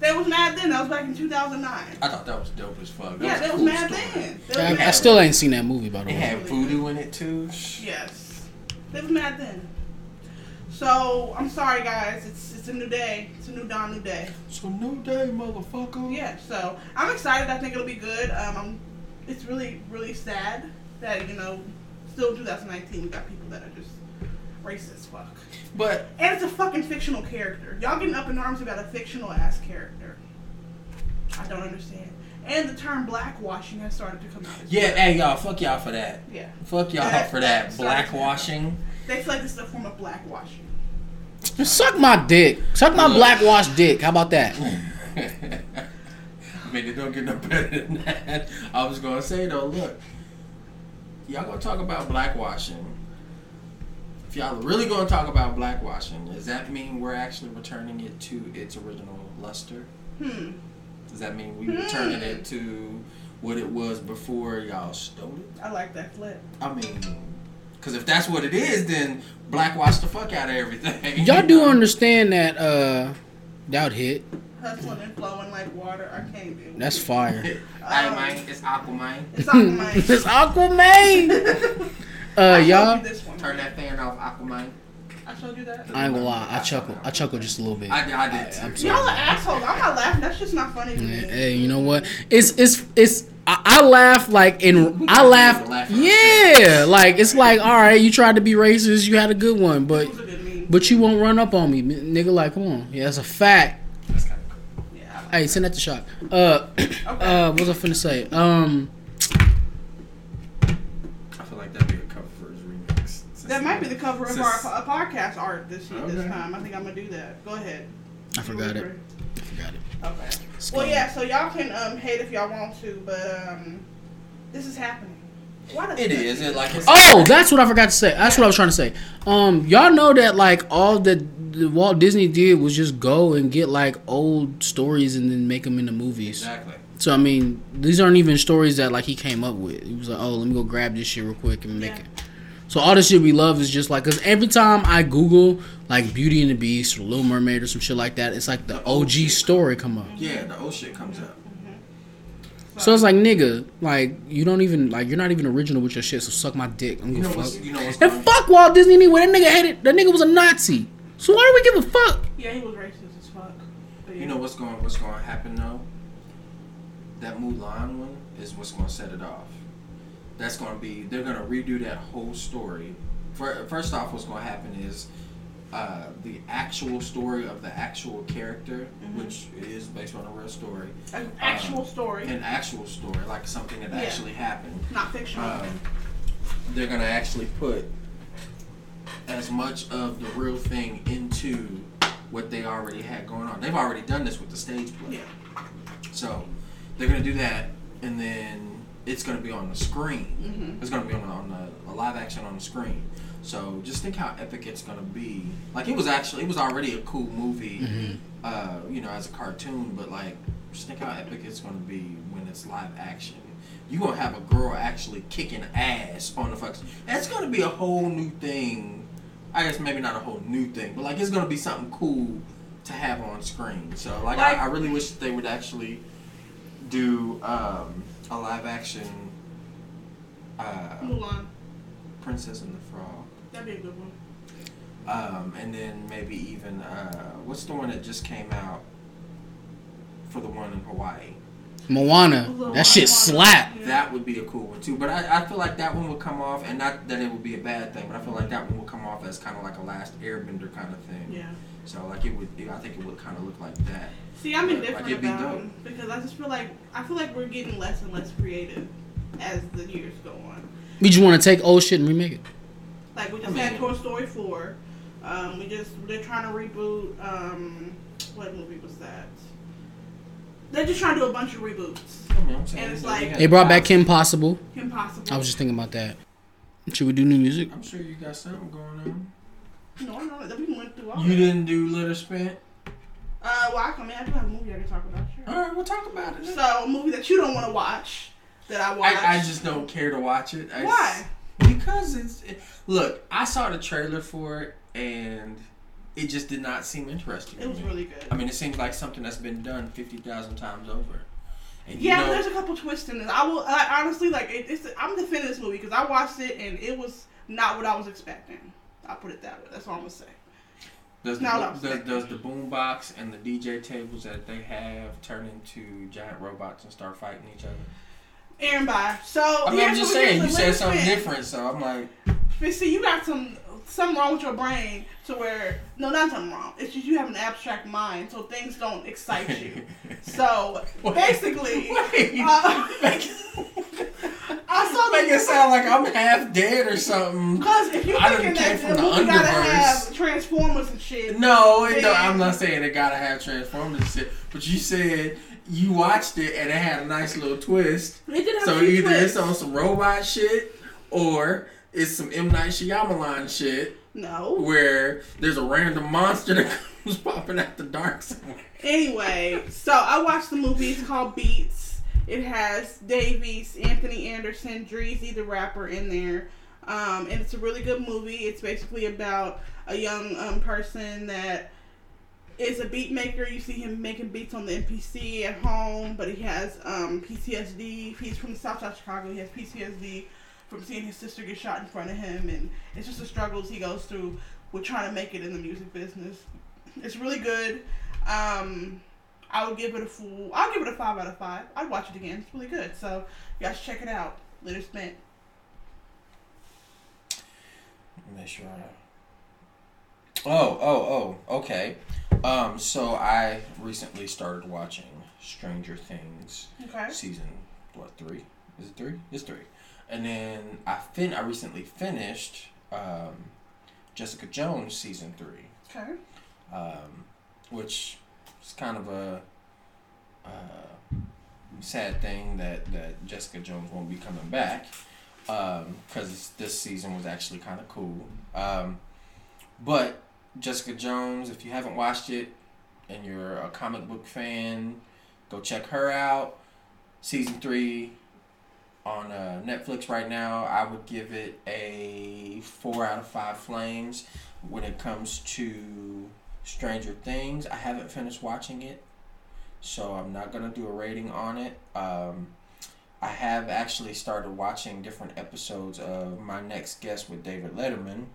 They was mad then. That was back in 2009. I thought that was dope as fuck. yeah, that they was cool mad story. then. They was I, I mad still ain't seen that movie, by the It way. had voodoo in it too. Yes. They was mad then. So I'm sorry guys, it's it's a new day. It's a new dawn, new day. So new day, motherfucker. Yeah, so I'm excited, I think it'll be good. Um I'm, it's really, really sad that, you know, still in 2019 we got people that are just racist as fuck. But And it's a fucking fictional character. Y'all getting up in arms about a fictional ass character. I don't understand. And the term blackwashing has started to come out as yeah, hey y'all, fuck y'all for that. well. Yeah. Fuck y'all That- for that that's blackwashing. They feel like this is a form of blackwashing. Suck my dick. Suck my Look. blackwash dick. How about that? I mean, it don't get no better than that. I was gonna say though, look, y'all gonna talk about blackwashing. If y'all really gonna talk about blackwashing, does that mean we're actually returning it to its original luster? Hmm. Does that mean we returning it to what it was before y'all stole it? I like that flip. I mean, because if that's what it is, then blackwash the fuck out of everything. Y'all *laughs* do understand that uh, that would hit. Hustling and flowing like water. I can't do. That's fire. I mine. It's Aquamine. It's not *laughs* mine. It's Aquaman. Uh, I showed y'all. you this one. Turn that fan off, Aquamine. I showed you that. I ain't gonna lie. I chuckle. I chuckle just a little bit. I, I did too. I'm Y'all are assholes. I'm not laughing. That's just not funny to me. Hey, you know what? It's it's it's. I, I laugh like in I laugh. Yeah, like it's like all right. You tried to be racist. You had a good one, but It was a good meme. but you won't run up on me, n- nigga. Like, come on. Yeah, that's a fact. That's kind of cool. yeah. I like- Hey, send that to Shock. Uh, *clears throat* Okay. uh, what was I finna say? Um, That might be the cover of It's a our, s- our podcast art this year, this Okay. time. I think I'm gonna do that. Go ahead. I forgot it. I forgot it. Okay. Well, Skull. yeah. So y'all can um, hate if y'all want to, but um, this is happening. Why does It is. It like it's Oh, that's what I forgot to say. That's what I was trying to say. Um, y'all know that like all that the Walt Disney did was just go and get like old stories and then make them into movies. exactly. So I mean, these aren't even stories that like he came up with. He was like, "Oh, let me go grab this shit real quick and make Yeah. it." So all this shit we love is just like, cause every time I Google like Beauty and the Beast or Little Mermaid or some shit like that, it's like the OG story come up. Yeah, the old shit comes up. So it's like, nigga, like you don't even like you're not even original with your shit. So suck my dick. I'm You know gonna what's fuck. you know what's And fuck Walt Disney anyway. That nigga hated. That nigga was a Nazi. So why do we give a fuck? Yeah, he was racist as fuck. But, yeah. You know what's going what's going to happen though. That Mulan one is what's going to set it off. That's going to be they're going to redo that whole story. Fir- First off, what's going to happen is uh, the actual story of the actual character, Mm-hmm. which is based on a real story, An actual um, story, an actual story, like something that Yeah. actually happened. not fictional. Um, they're going to actually put as much of the real thing into what they already had going on. They've already done this with the stage play. yeah. So they're gonna do that, and then it's gonna be on the screen. It's gonna be on, on the, a live action on the screen. So just think how epic it's gonna be. Like it was actually, it was already a cool movie, uh, you know, as a cartoon. But like, just think how epic it's gonna be when it's live action. You gonna have a girl actually kicking ass on the fucking. That's gonna be a whole new thing. I guess maybe not a whole new thing, but like it's gonna be something cool to have on screen. So like, Like- I, I really wish they would actually do um, a live action uh, Mulan. Princess and the Frog. That'd be a good one. Um, and then maybe even uh, what's the one that just came out for the one in Hawaii? Moana. That shit slap. Yeah. That would be a cool one too. But I, I feel like that one would come off, and not that it would be a bad thing, but I feel like that one would come off as kind of like a Last Airbender kind of thing. Yeah. So like it would, I think it would kind of look like that. See, I'm Like, indifferent it'd be about dope. them because I just feel like I feel like we're getting less and less creative as the years go on. We just want to take old shit and remake it. Like we just had Toy Story four. Um, we just they're trying to reboot. Um, what movie was that? They're just trying to do a bunch of reboots. I mean, I'm saying And it's that we like- had They brought back thousands- Kim Possible. Impossible. I was just thinking about that. Should we do new music? I'm sure you got something going on. no, no, that we went through all. You that. didn't do Litter Spent. Uh, well, I come in. I do have a movie I can talk about. Sure. All right, we'll talk about it. So a movie that you don't want to watch that I watched. I, I just don't care to watch it. I Why? s- because it's. It, look, I saw the trailer for it and it just did not seem interesting. It to was me. really good. I mean, it seems like something that's been done 50,000 times over. And Yeah, you know, there's a couple twists in this. I will I, honestly like it, it's. I'm defending this movie because I watched it and it was not what I was expecting. I'll put it that way. That's all I'm gonna say. does, no, the, no, bo- does, stop. does the boom box and the DJ tables that they have turn into giant robots and start fighting each other? Aaron by. Oh, So I mean, I'm here's just what we saying, did. you So said let's something spin. different, so I'm like, *laughs* But see, you got some something wrong with your brain to where no, not something wrong. It's just you have an abstract mind, so things don't excite *laughs* you. so basically, wait. *laughs* uh, *laughs* I saw make the it sound like I'm half dead *laughs* or something. because if you're I done thinking came that from the the movie gotta underverse. have Transformers and shit, No, it Man. don't, I'm not saying it gotta have Transformers and shit, but you said you watched it and it had a nice little twist. it did have So a few either twists. it's on some robot shit or it's some M Night Shyamalan shit no. where there's a random monster *laughs* that comes popping out the dark somewhere. Anyway, so I watched the movie. It's called Beats. It has Davies, Anthony Anderson, Dreezy the rapper in there. Um, and it's a really good movie. It's basically about a young um, person that is a beat maker. You see him making beats on the NPC at home, but he has um, PTSD. He's from the South Side of Chicago. He has PTSD from seeing his sister get shot in front of him, and it's just the struggles he goes through with trying to make it in the music business. It's really good. Um, I would give it a full. I'll give it a five out of five. I'd watch it again. It's really good. So you guys should check it out. Later spent. Make sure. I- Oh, oh, oh. Okay. Um, so I recently started watching Stranger Things Okay. season. What three? Is it three? It's three. And then I fin I recently finished um, Jessica Jones season three, Okay. um, which is kind of a uh, sad thing that, that Jessica Jones won't be coming back because this season was actually kind of cool. Um, but Jessica Jones, if you haven't watched it and you're a comic book fan, go check her out. Season three on uh, Netflix right now. I would give it a four out of five flames. When it comes to Stranger Things, I haven't finished watching it, so I'm not gonna do a rating on it. Um, I have actually started watching different episodes of My Next Guest with David Letterman.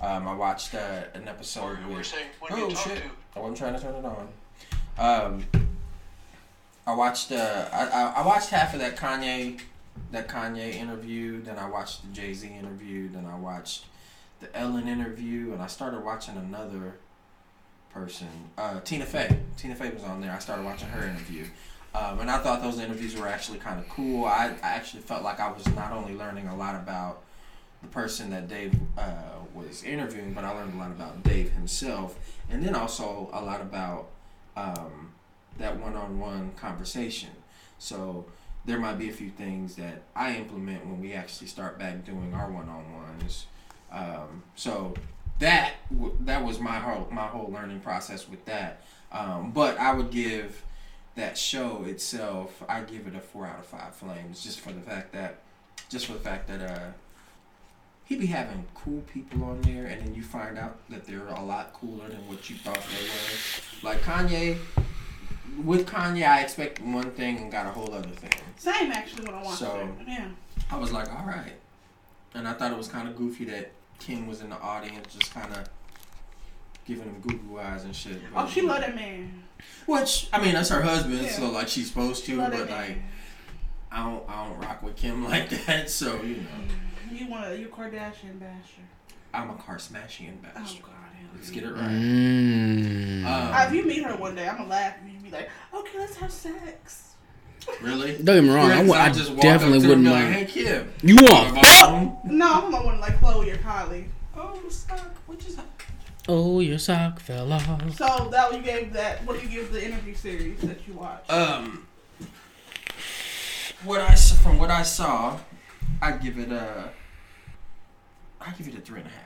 Um, I watched uh, an episode with. oh shit! I wasn't trying to turn it on. Um, I watched. Uh, I, I I watched half of that Kanye that Kanye interview, then I watched the Jay Z interview, then I watched the Ellen interview, and I started watching another person, uh, Tina Fey. Tina Fey was on there. I started watching her interview, um, and I thought those interviews were actually kind of cool. I, I actually felt like I was not only learning a lot about the person that Dave uh, was interviewing, but I learned a lot about Dave himself, and then also a lot about um, that one-on-one conversation. So there might be a few things that I implement when we actually start back doing our one-on-ones. Um, so that w- that was my whole my whole learning process with that. Um, but I would give that show itself. I give it a four out of five flames, just for the fact that just for the fact that uh, he be having cool people on there, and then you find out that they're a lot cooler than what you thought they were. Like Kanye. With Kanye, I expected one thing and got a whole other thing. Same actually when I watched So- it. Yeah. I was like, all right. And I thought it was kind of goofy that Kim was in the audience, just kind of giving him Google eyes and shit. Oh, but- she loved that man. Which I mean, that's her husband, Yeah. so like she's supposed to. Love But that like, man. I don't, I don't rock with Kim *laughs* like that. So you know, You want you Kardashian basher. I'm a car smashing Oh bastard. god. Let's get it right. Mm. Uh, if Um, you meet her one day, I'm gonna laugh and you be like, "Okay, let's have sex." really? Don't get me wrong, I, Friends, would, I just walk up definitely to her wouldn't and be mind. Like, hey Kim, you wanna want buy fuck? some?" No, I'm gonna want like Chloe or Kylie. Oh, suck. What you suck? Oh, your sock fell off. So that you gave that. What do you give the interview series that you watched? Um, what I s- from what I saw, I give it a, I give it a three and a half.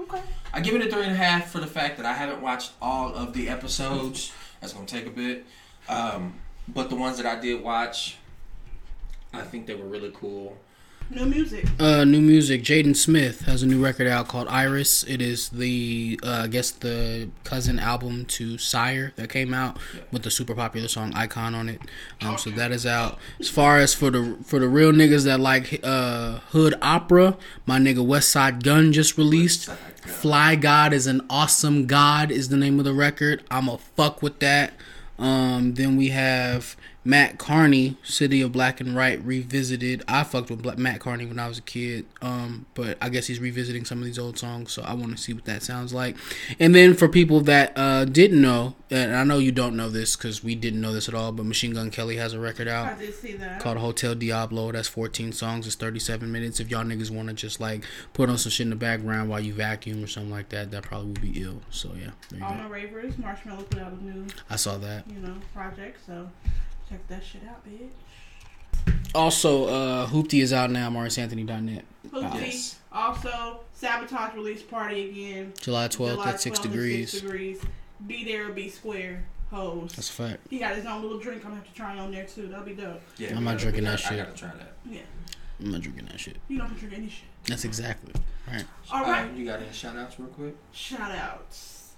Okay. I give it a three and a half for the fact that I haven't watched all of the *laughs* episodes. That's gonna take a bit, um, but the ones that I did watch, I think they were really cool. New music. Uh, new music. Jaden Smith has a new record out called Iris. It is the, uh, I guess, the cousin album to Sire that came out with the super popular song Icon on it. Um, so that is out. As far as for the for the real niggas that like uh, hood opera, my nigga West Side Gun just released. Fly God is an awesome God is the name of the record. I'ma fuck with that. Um, then we have Matt Carney, City of Black and Right revisited. I fucked with Bla- Matt Carney when I was a kid, um, but I guess he's revisiting some of these old songs, so I want to see what that sounds like. And then for people that uh, didn't know, and I know you don't know this because we didn't know this at all, but Machine Gun Kelly has a record out I did see that. called Hotel Diablo. That's 14 songs. It's 37 minutes. If y'all niggas want to just like put on some shit in the background while you vacuum or something like that, that probably would be ill. So yeah, there you All go. my ravers. Marshmallow put out a new, I saw that. you know, project. So check that shit out, bitch. Also, uh, Hoopty is out now. MauriceAnthony.net. Hootie. Yes. Also, sabotage release party again. July 12th at 6 12th at degrees. Six degrees. Be there, or be square. Hoes. That's a fact. He got his own little drink. I'm gonna have to try on there too. That'll be dope. Yeah, I'm we not gotta- drinking we that gotta- shit. I gotta try that. Yeah, I'm not drinking that shit. you don't have to drink any shit. That's exactly right. All Uh, right, you got any shout outs real quick? shout outs.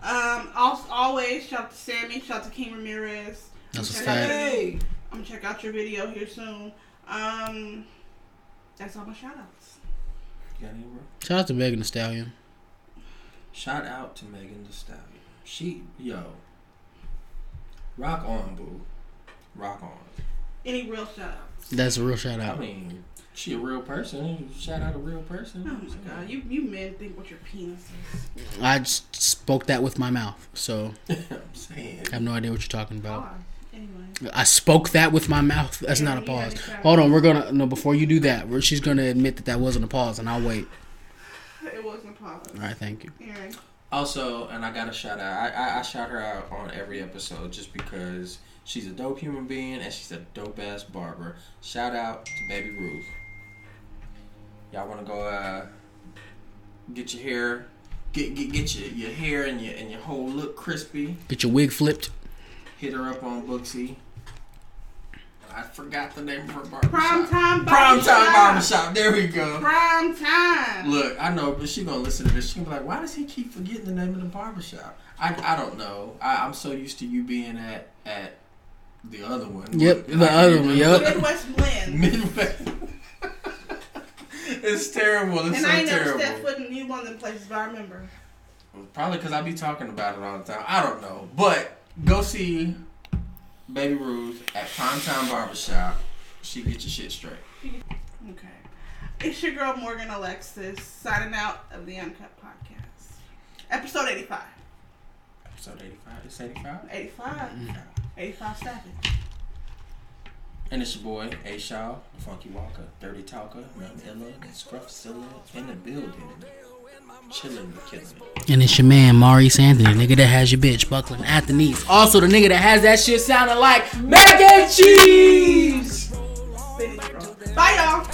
Um, also, always shout out to Sammy. Shout out to King Ramirez. That's a Check fact. out- I'm gonna check out your video here soon. Um, that's all my shout outs. You got any real? Shout out to Megan Thee Stallion. Shout out to Megan Thee Stallion. She, yo, rock on, boo, rock on. Any real shout outs? That's a real shout I out. mean, she a real person. Shout out a real person. Oh my god, you you men think with your penises. I just spoke that with my mouth, so *laughs* I'm saying. I have no idea what you're talking about. Pause. Anyway, I spoke that with my mouth. That's Yeah, not a you gotta pause. try. Hold on, we're gonna no. Before you do that, we're, she's gonna admit that that wasn't a pause, and I'll wait. it Cosmopolitan. All right, thank you. Aaron. Also, and I got to shout out. I, I, I shout her out on every episode just because she's a dope human being and she's a dope ass barber. Shout out to Baby Ruth. Y'all want to go uh, get your hair, get get get your, your hair and your and your whole look crispy. Get your wig flipped. Hit her up on Booksy. I forgot the name of her barber. Prime shop. time. Prime time barber barbershop. shop. There we go. Prime time. Look, I know, but she gonna listen to this. She gonna be like, "Why does he keep forgetting the name of the barbershop?" I, I don't know. I, I'm so used to you being at at the other one. Yep, Look, the I other can't one, do yep. it. Midwest blend. *laughs* Midwest. it's terrible. It's And so I ain't never terrible. stepped foot in either one of them places, but I remember. Probably because I be talking about it all the time. I don't know, but go see Baby Ruth at Primetime Barbershop. She get your shit straight. Okay. It's your girl Morgan Alexis signing out of the Uncut Podcast. Episode 85. Episode 85. It's 85. 85. 85 Savage. And it's your boy, A Shaw, Funky Walker, Dirty Talker, Ella, and Scruffzilla in the building. Chilling with killing it. And it's your man, Maurice Anthony, nigga that has your bitch buckling at the knees. Also, the nigga that has that shit sounding like mac and cheese. Bye, y'all.